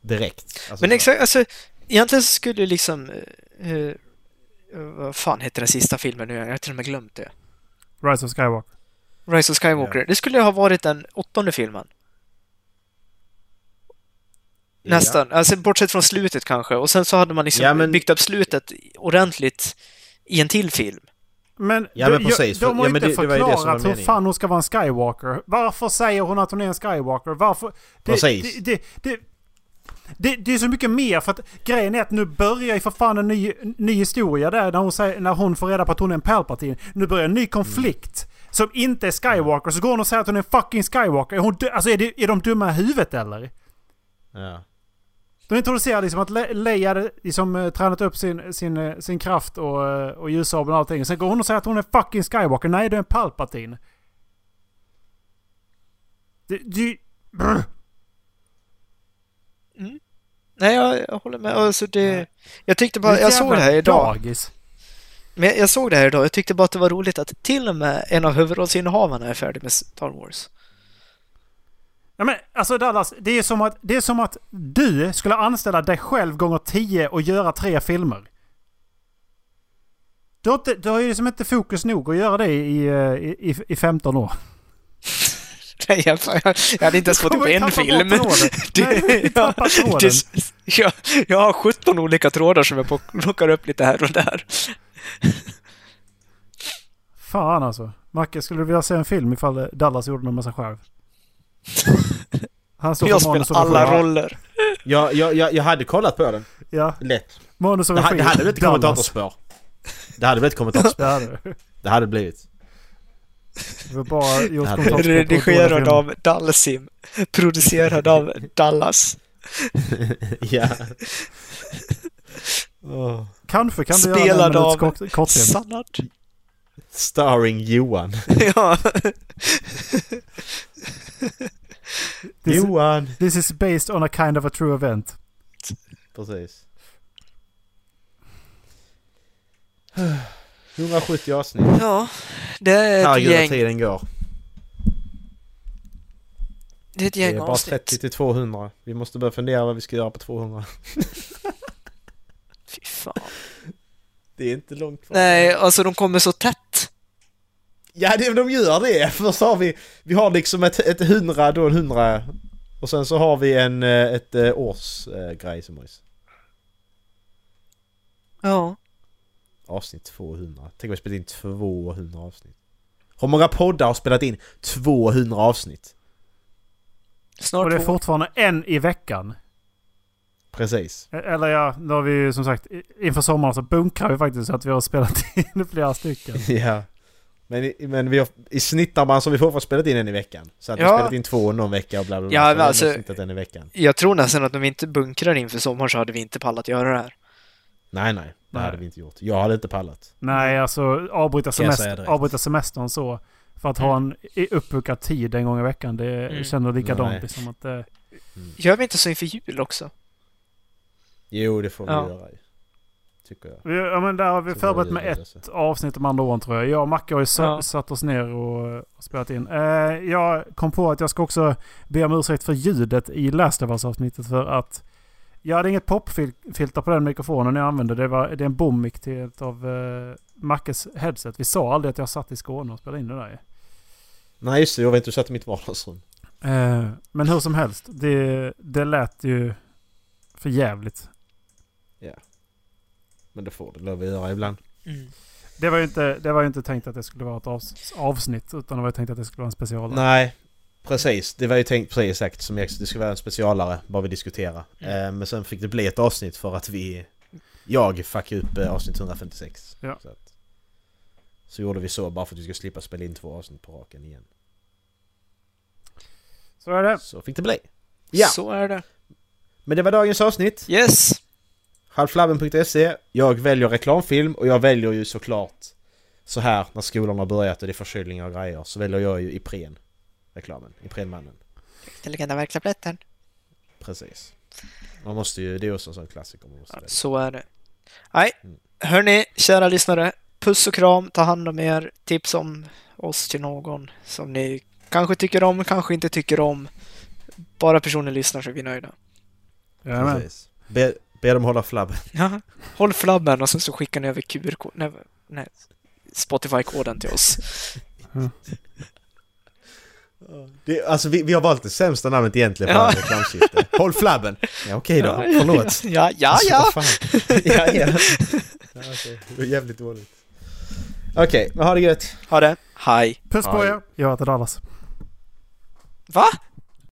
E: Direkt. Alltså,
D: Men exakt, alltså, Egentligen så skulle ju liksom... eh, eh, vad fan heter den sista filmen nu? Jag har till och med glömt det.
C: Rise of Skywalker.
D: Rise of Skywalker.
E: Ja.
D: Det skulle ju ha varit den åttonde filmen. Nästan. Alltså bortsett från slutet kanske. Och sen så hade man liksom
E: Ja, men-
D: byggt upp slutet ordentligt i en till film.
C: Men,
E: Ja,
C: du-
E: men precis.
C: de har
E: Ja,
C: ju
E: men
C: inte
E: det- det var ju det som var
C: förklarat hur
E: meningen.
C: fan hon ska vara en Skywalker. Varför säger hon att hon är en Skywalker? Varför? Det,
E: Precis.
C: Det, det, det, det, det är så mycket mer för att grejen är att nu börjar ju för fan en ny, en ny historia där när hon, säger, när hon får reda på att hon är en Palpatine. Nu börjar en ny konflikt som inte är Skywalker. Så går hon och säger att hon är en fucking Skywalker. Är, hon, dö- alltså, är, det, är de dumma i huvudet eller?
E: Ja.
C: De introducerar liksom att Le- Leia hade liksom, eh, tränat upp sin, sin, eh, sin kraft och, eh, och ljussabeln och allting. Sen går hon och säger att hon är fucking Skywalker. Nej, du är en Palpatine. Det, det, brr.
D: Nej, jag, jag håller med. Alltså det... Jag tyckte bara...
C: Det är
D: Jag
C: ett
D: såg
C: jävla
D: det här idag.
C: Dagis.
D: Men jag- jag såg det här idag. Jag tyckte bara att det var roligt att till och med en av huvudrollsinnehavarna är färdig med Star Wars. *laughs*
C: Ja, men, alltså Dallas, det är, som att, det är som att du skulle anställa dig själv gånger tio och göra tre filmer. Du har, inte, du har ju liksom inte fokus nog att göra det i, eh, i, i, i 15 år.
D: Nej, jag, jag, jag hade inte ens fått
C: Du
D: ihop
C: kommer
D: en
C: tappa bort
D: film. *laughs*
C: tråden. Nej, du tappar tråden.
D: det- jag, jag har 17 olika trådar som jag plock- plockar upp lite här och där.
C: Fan alltså. Macke, skulle du vilja se en film ifall Dallas gjorde den med sig själv? Han står
D: Jag
C: för manus
D: spelar
C: och regi.
D: alla roller.
E: Jag, jag, jag, jag hade kollat på den.
C: Ja,
E: Lätt.
C: manus och
E: Det, ha-
C: regi.
E: det hade blivit ett
C: Dallas.
E: kommentatorspår. Det hade blivit ett kommentatorspår.
C: Det hade det.
E: Det hade blivit.
C: Det var bara gjort
E: hade-
C: kommentatorspår på båda
D: Redigerad
C: filmer.
D: av Dalsim. Producerad av Dallas.
E: *laughs* Ja.
C: Kanske kan du göra en
D: Spelad
C: minuts
D: av
C: kort, kortfilm.
D: Sannard.
E: Starring Johan.
D: *laughs* Ja.
C: This,
E: Johan!
C: this is based on a kind of a true event.
E: Precis. 170 avsnitt.
D: ja, det är ett
E: Herregud vad
D: gäng.
E: tiden går.
D: Det är ett
E: Det
D: gäng
E: är bara
D: avsnitt.
E: 30 till 200. Vi måste börja fundera vad vi ska göra på 200.
D: Fy fan.
E: Det är inte långt kvar.
D: Nej, alltså de kommer så tätt.
E: Ja, det, de gör det! *laughs* Först har vi, vi har liksom ett, ett 100, då en 100. Och sen så har vi en, eh, ett eh, års eh, grej som boys.
D: Ja.
E: Avsnitt 200. Tänk om vi spelat in 200 avsnitt. Hur många poddar har spelat in 200 avsnitt?
C: Och det är
D: Snart två.
C: fortfarande en i veckan. E-
E: Precis. *laughs*
C: Eller ja, nu har vi ju som sagt i- inför sommaren så bunkrar vi faktiskt så att vi har spelat *laughs* in flera stycken.
E: Ja. Men, i- men vi har, i snitt har man som vi får har spelat in en i veckan. Så att vi
D: Ja.
E: har spelat in två någon vecka och bla bla bla.
D: Ja,
E: Så
D: men
E: vi har
D: alltså-
E: snittat en i veckan.
D: Jag tror nästan att om vi inte bunkrar inför sommaren så hade vi inte pallat göra det här.
E: Nej, nej. Det
C: Nej.
E: hade vi inte gjort. Jag hade inte pallat.
C: Nej, alltså avbryta,
E: Kan Mm. jag säga
C: semester,
E: direkt. Mm.
C: avbryta semestern så. För att ha en i- uppbokad tid en gång i veckan, det
D: Mm.
C: känner likadant.
E: Nej.
C: Liksom att, eh,
D: Gör vi inte så inför jul också?
E: Jo, det får vi
D: Ja.
E: göra ju. Tycker jag.
C: vi- ja, men där har vi
E: Så
C: förberett
E: var
C: med
E: det
C: ett
E: alltså.
C: avsnitt om andra åren tror jag. Jag och Macke har ju sa-
D: Ja.
C: satt oss ner och, och spelat in. Eh, jag kom på att jag ska också be om ursäkt för ljudet i Last of Us-avsnittet för att jag hade inget popfilter på den mikrofonen jag använde. Det, var, det är en bomic till ett av eh, Mackes headset. Vi sa aldrig att jag satt i Skåne och spelade in det där ju.
E: Nej, just det. Jag vet inte. Du satt i mitt vardagsrum.
C: Eh, men hur som helst, det, det lät ju för jävligt.
E: Men det får du lov att göra ibland.
D: Mm.
C: Det var ju inte, det var ju inte tänkt att det skulle vara ett avs- avsnitt, utan det var ju tänkt att det skulle vara en special.
E: Nej, precis. Det var ju tänkt precis exakt som jag, det skulle vara en specialare, bara vi diskutera.
D: Mm.
E: Eh, men sen fick det bli ett avsnitt för att vi... Jag fuckade upp eh, avsnitt 156.
C: Ja.
E: Så, att, så gjorde vi så bara för att vi skulle slippa spela in två avsnitt på raken igen.
C: Så är det.
E: Så fick det bli. Ja,
D: Så är det.
E: men det var dagens avsnitt.
D: Yes!
E: Halflabben.se. Jag väljer reklamfilm och jag väljer ju såklart så här när skolan har börjat och det är förkylningar och grejer så väljer jag ju Ipren. Reklamen. Iprenmannen.
D: Den legenda verkstadsplätten.
E: Precis. Man måste ju, det är också en sån klassiker man måste välja.
D: Så är det. Nej, hörni, kära lyssnare. Puss och kram, ta hand om er. Tips om oss till någon som ni kanske tycker om, kanske inte tycker om. Bara personen lyssnar så är vi nöjda.
C: Jajamän.
E: Precis. Be, Be dem hålla flabben.
D: Ja. Håll flabben och sen så skickar ni över QR-koden, nej, nej, Spotify-koden till oss.
E: Det, alltså vi, vi har valt det sämsta namnet egentligen för
D: Ja.
E: ja. *laughs* reklamsyfte. Håll flabben! Ja okej då,
D: *laughs*
E: förlåt.
D: Ja, ja,
E: Alltså,
D: ja!
E: vad fan. *laughs* ja, ja. ja okej. Det var jävligt dåligt. Okej, men ha det gött.
D: Ha det. Hej.
C: Puss på
E: Aj.
C: er. Jag heter Dallas.
D: Va?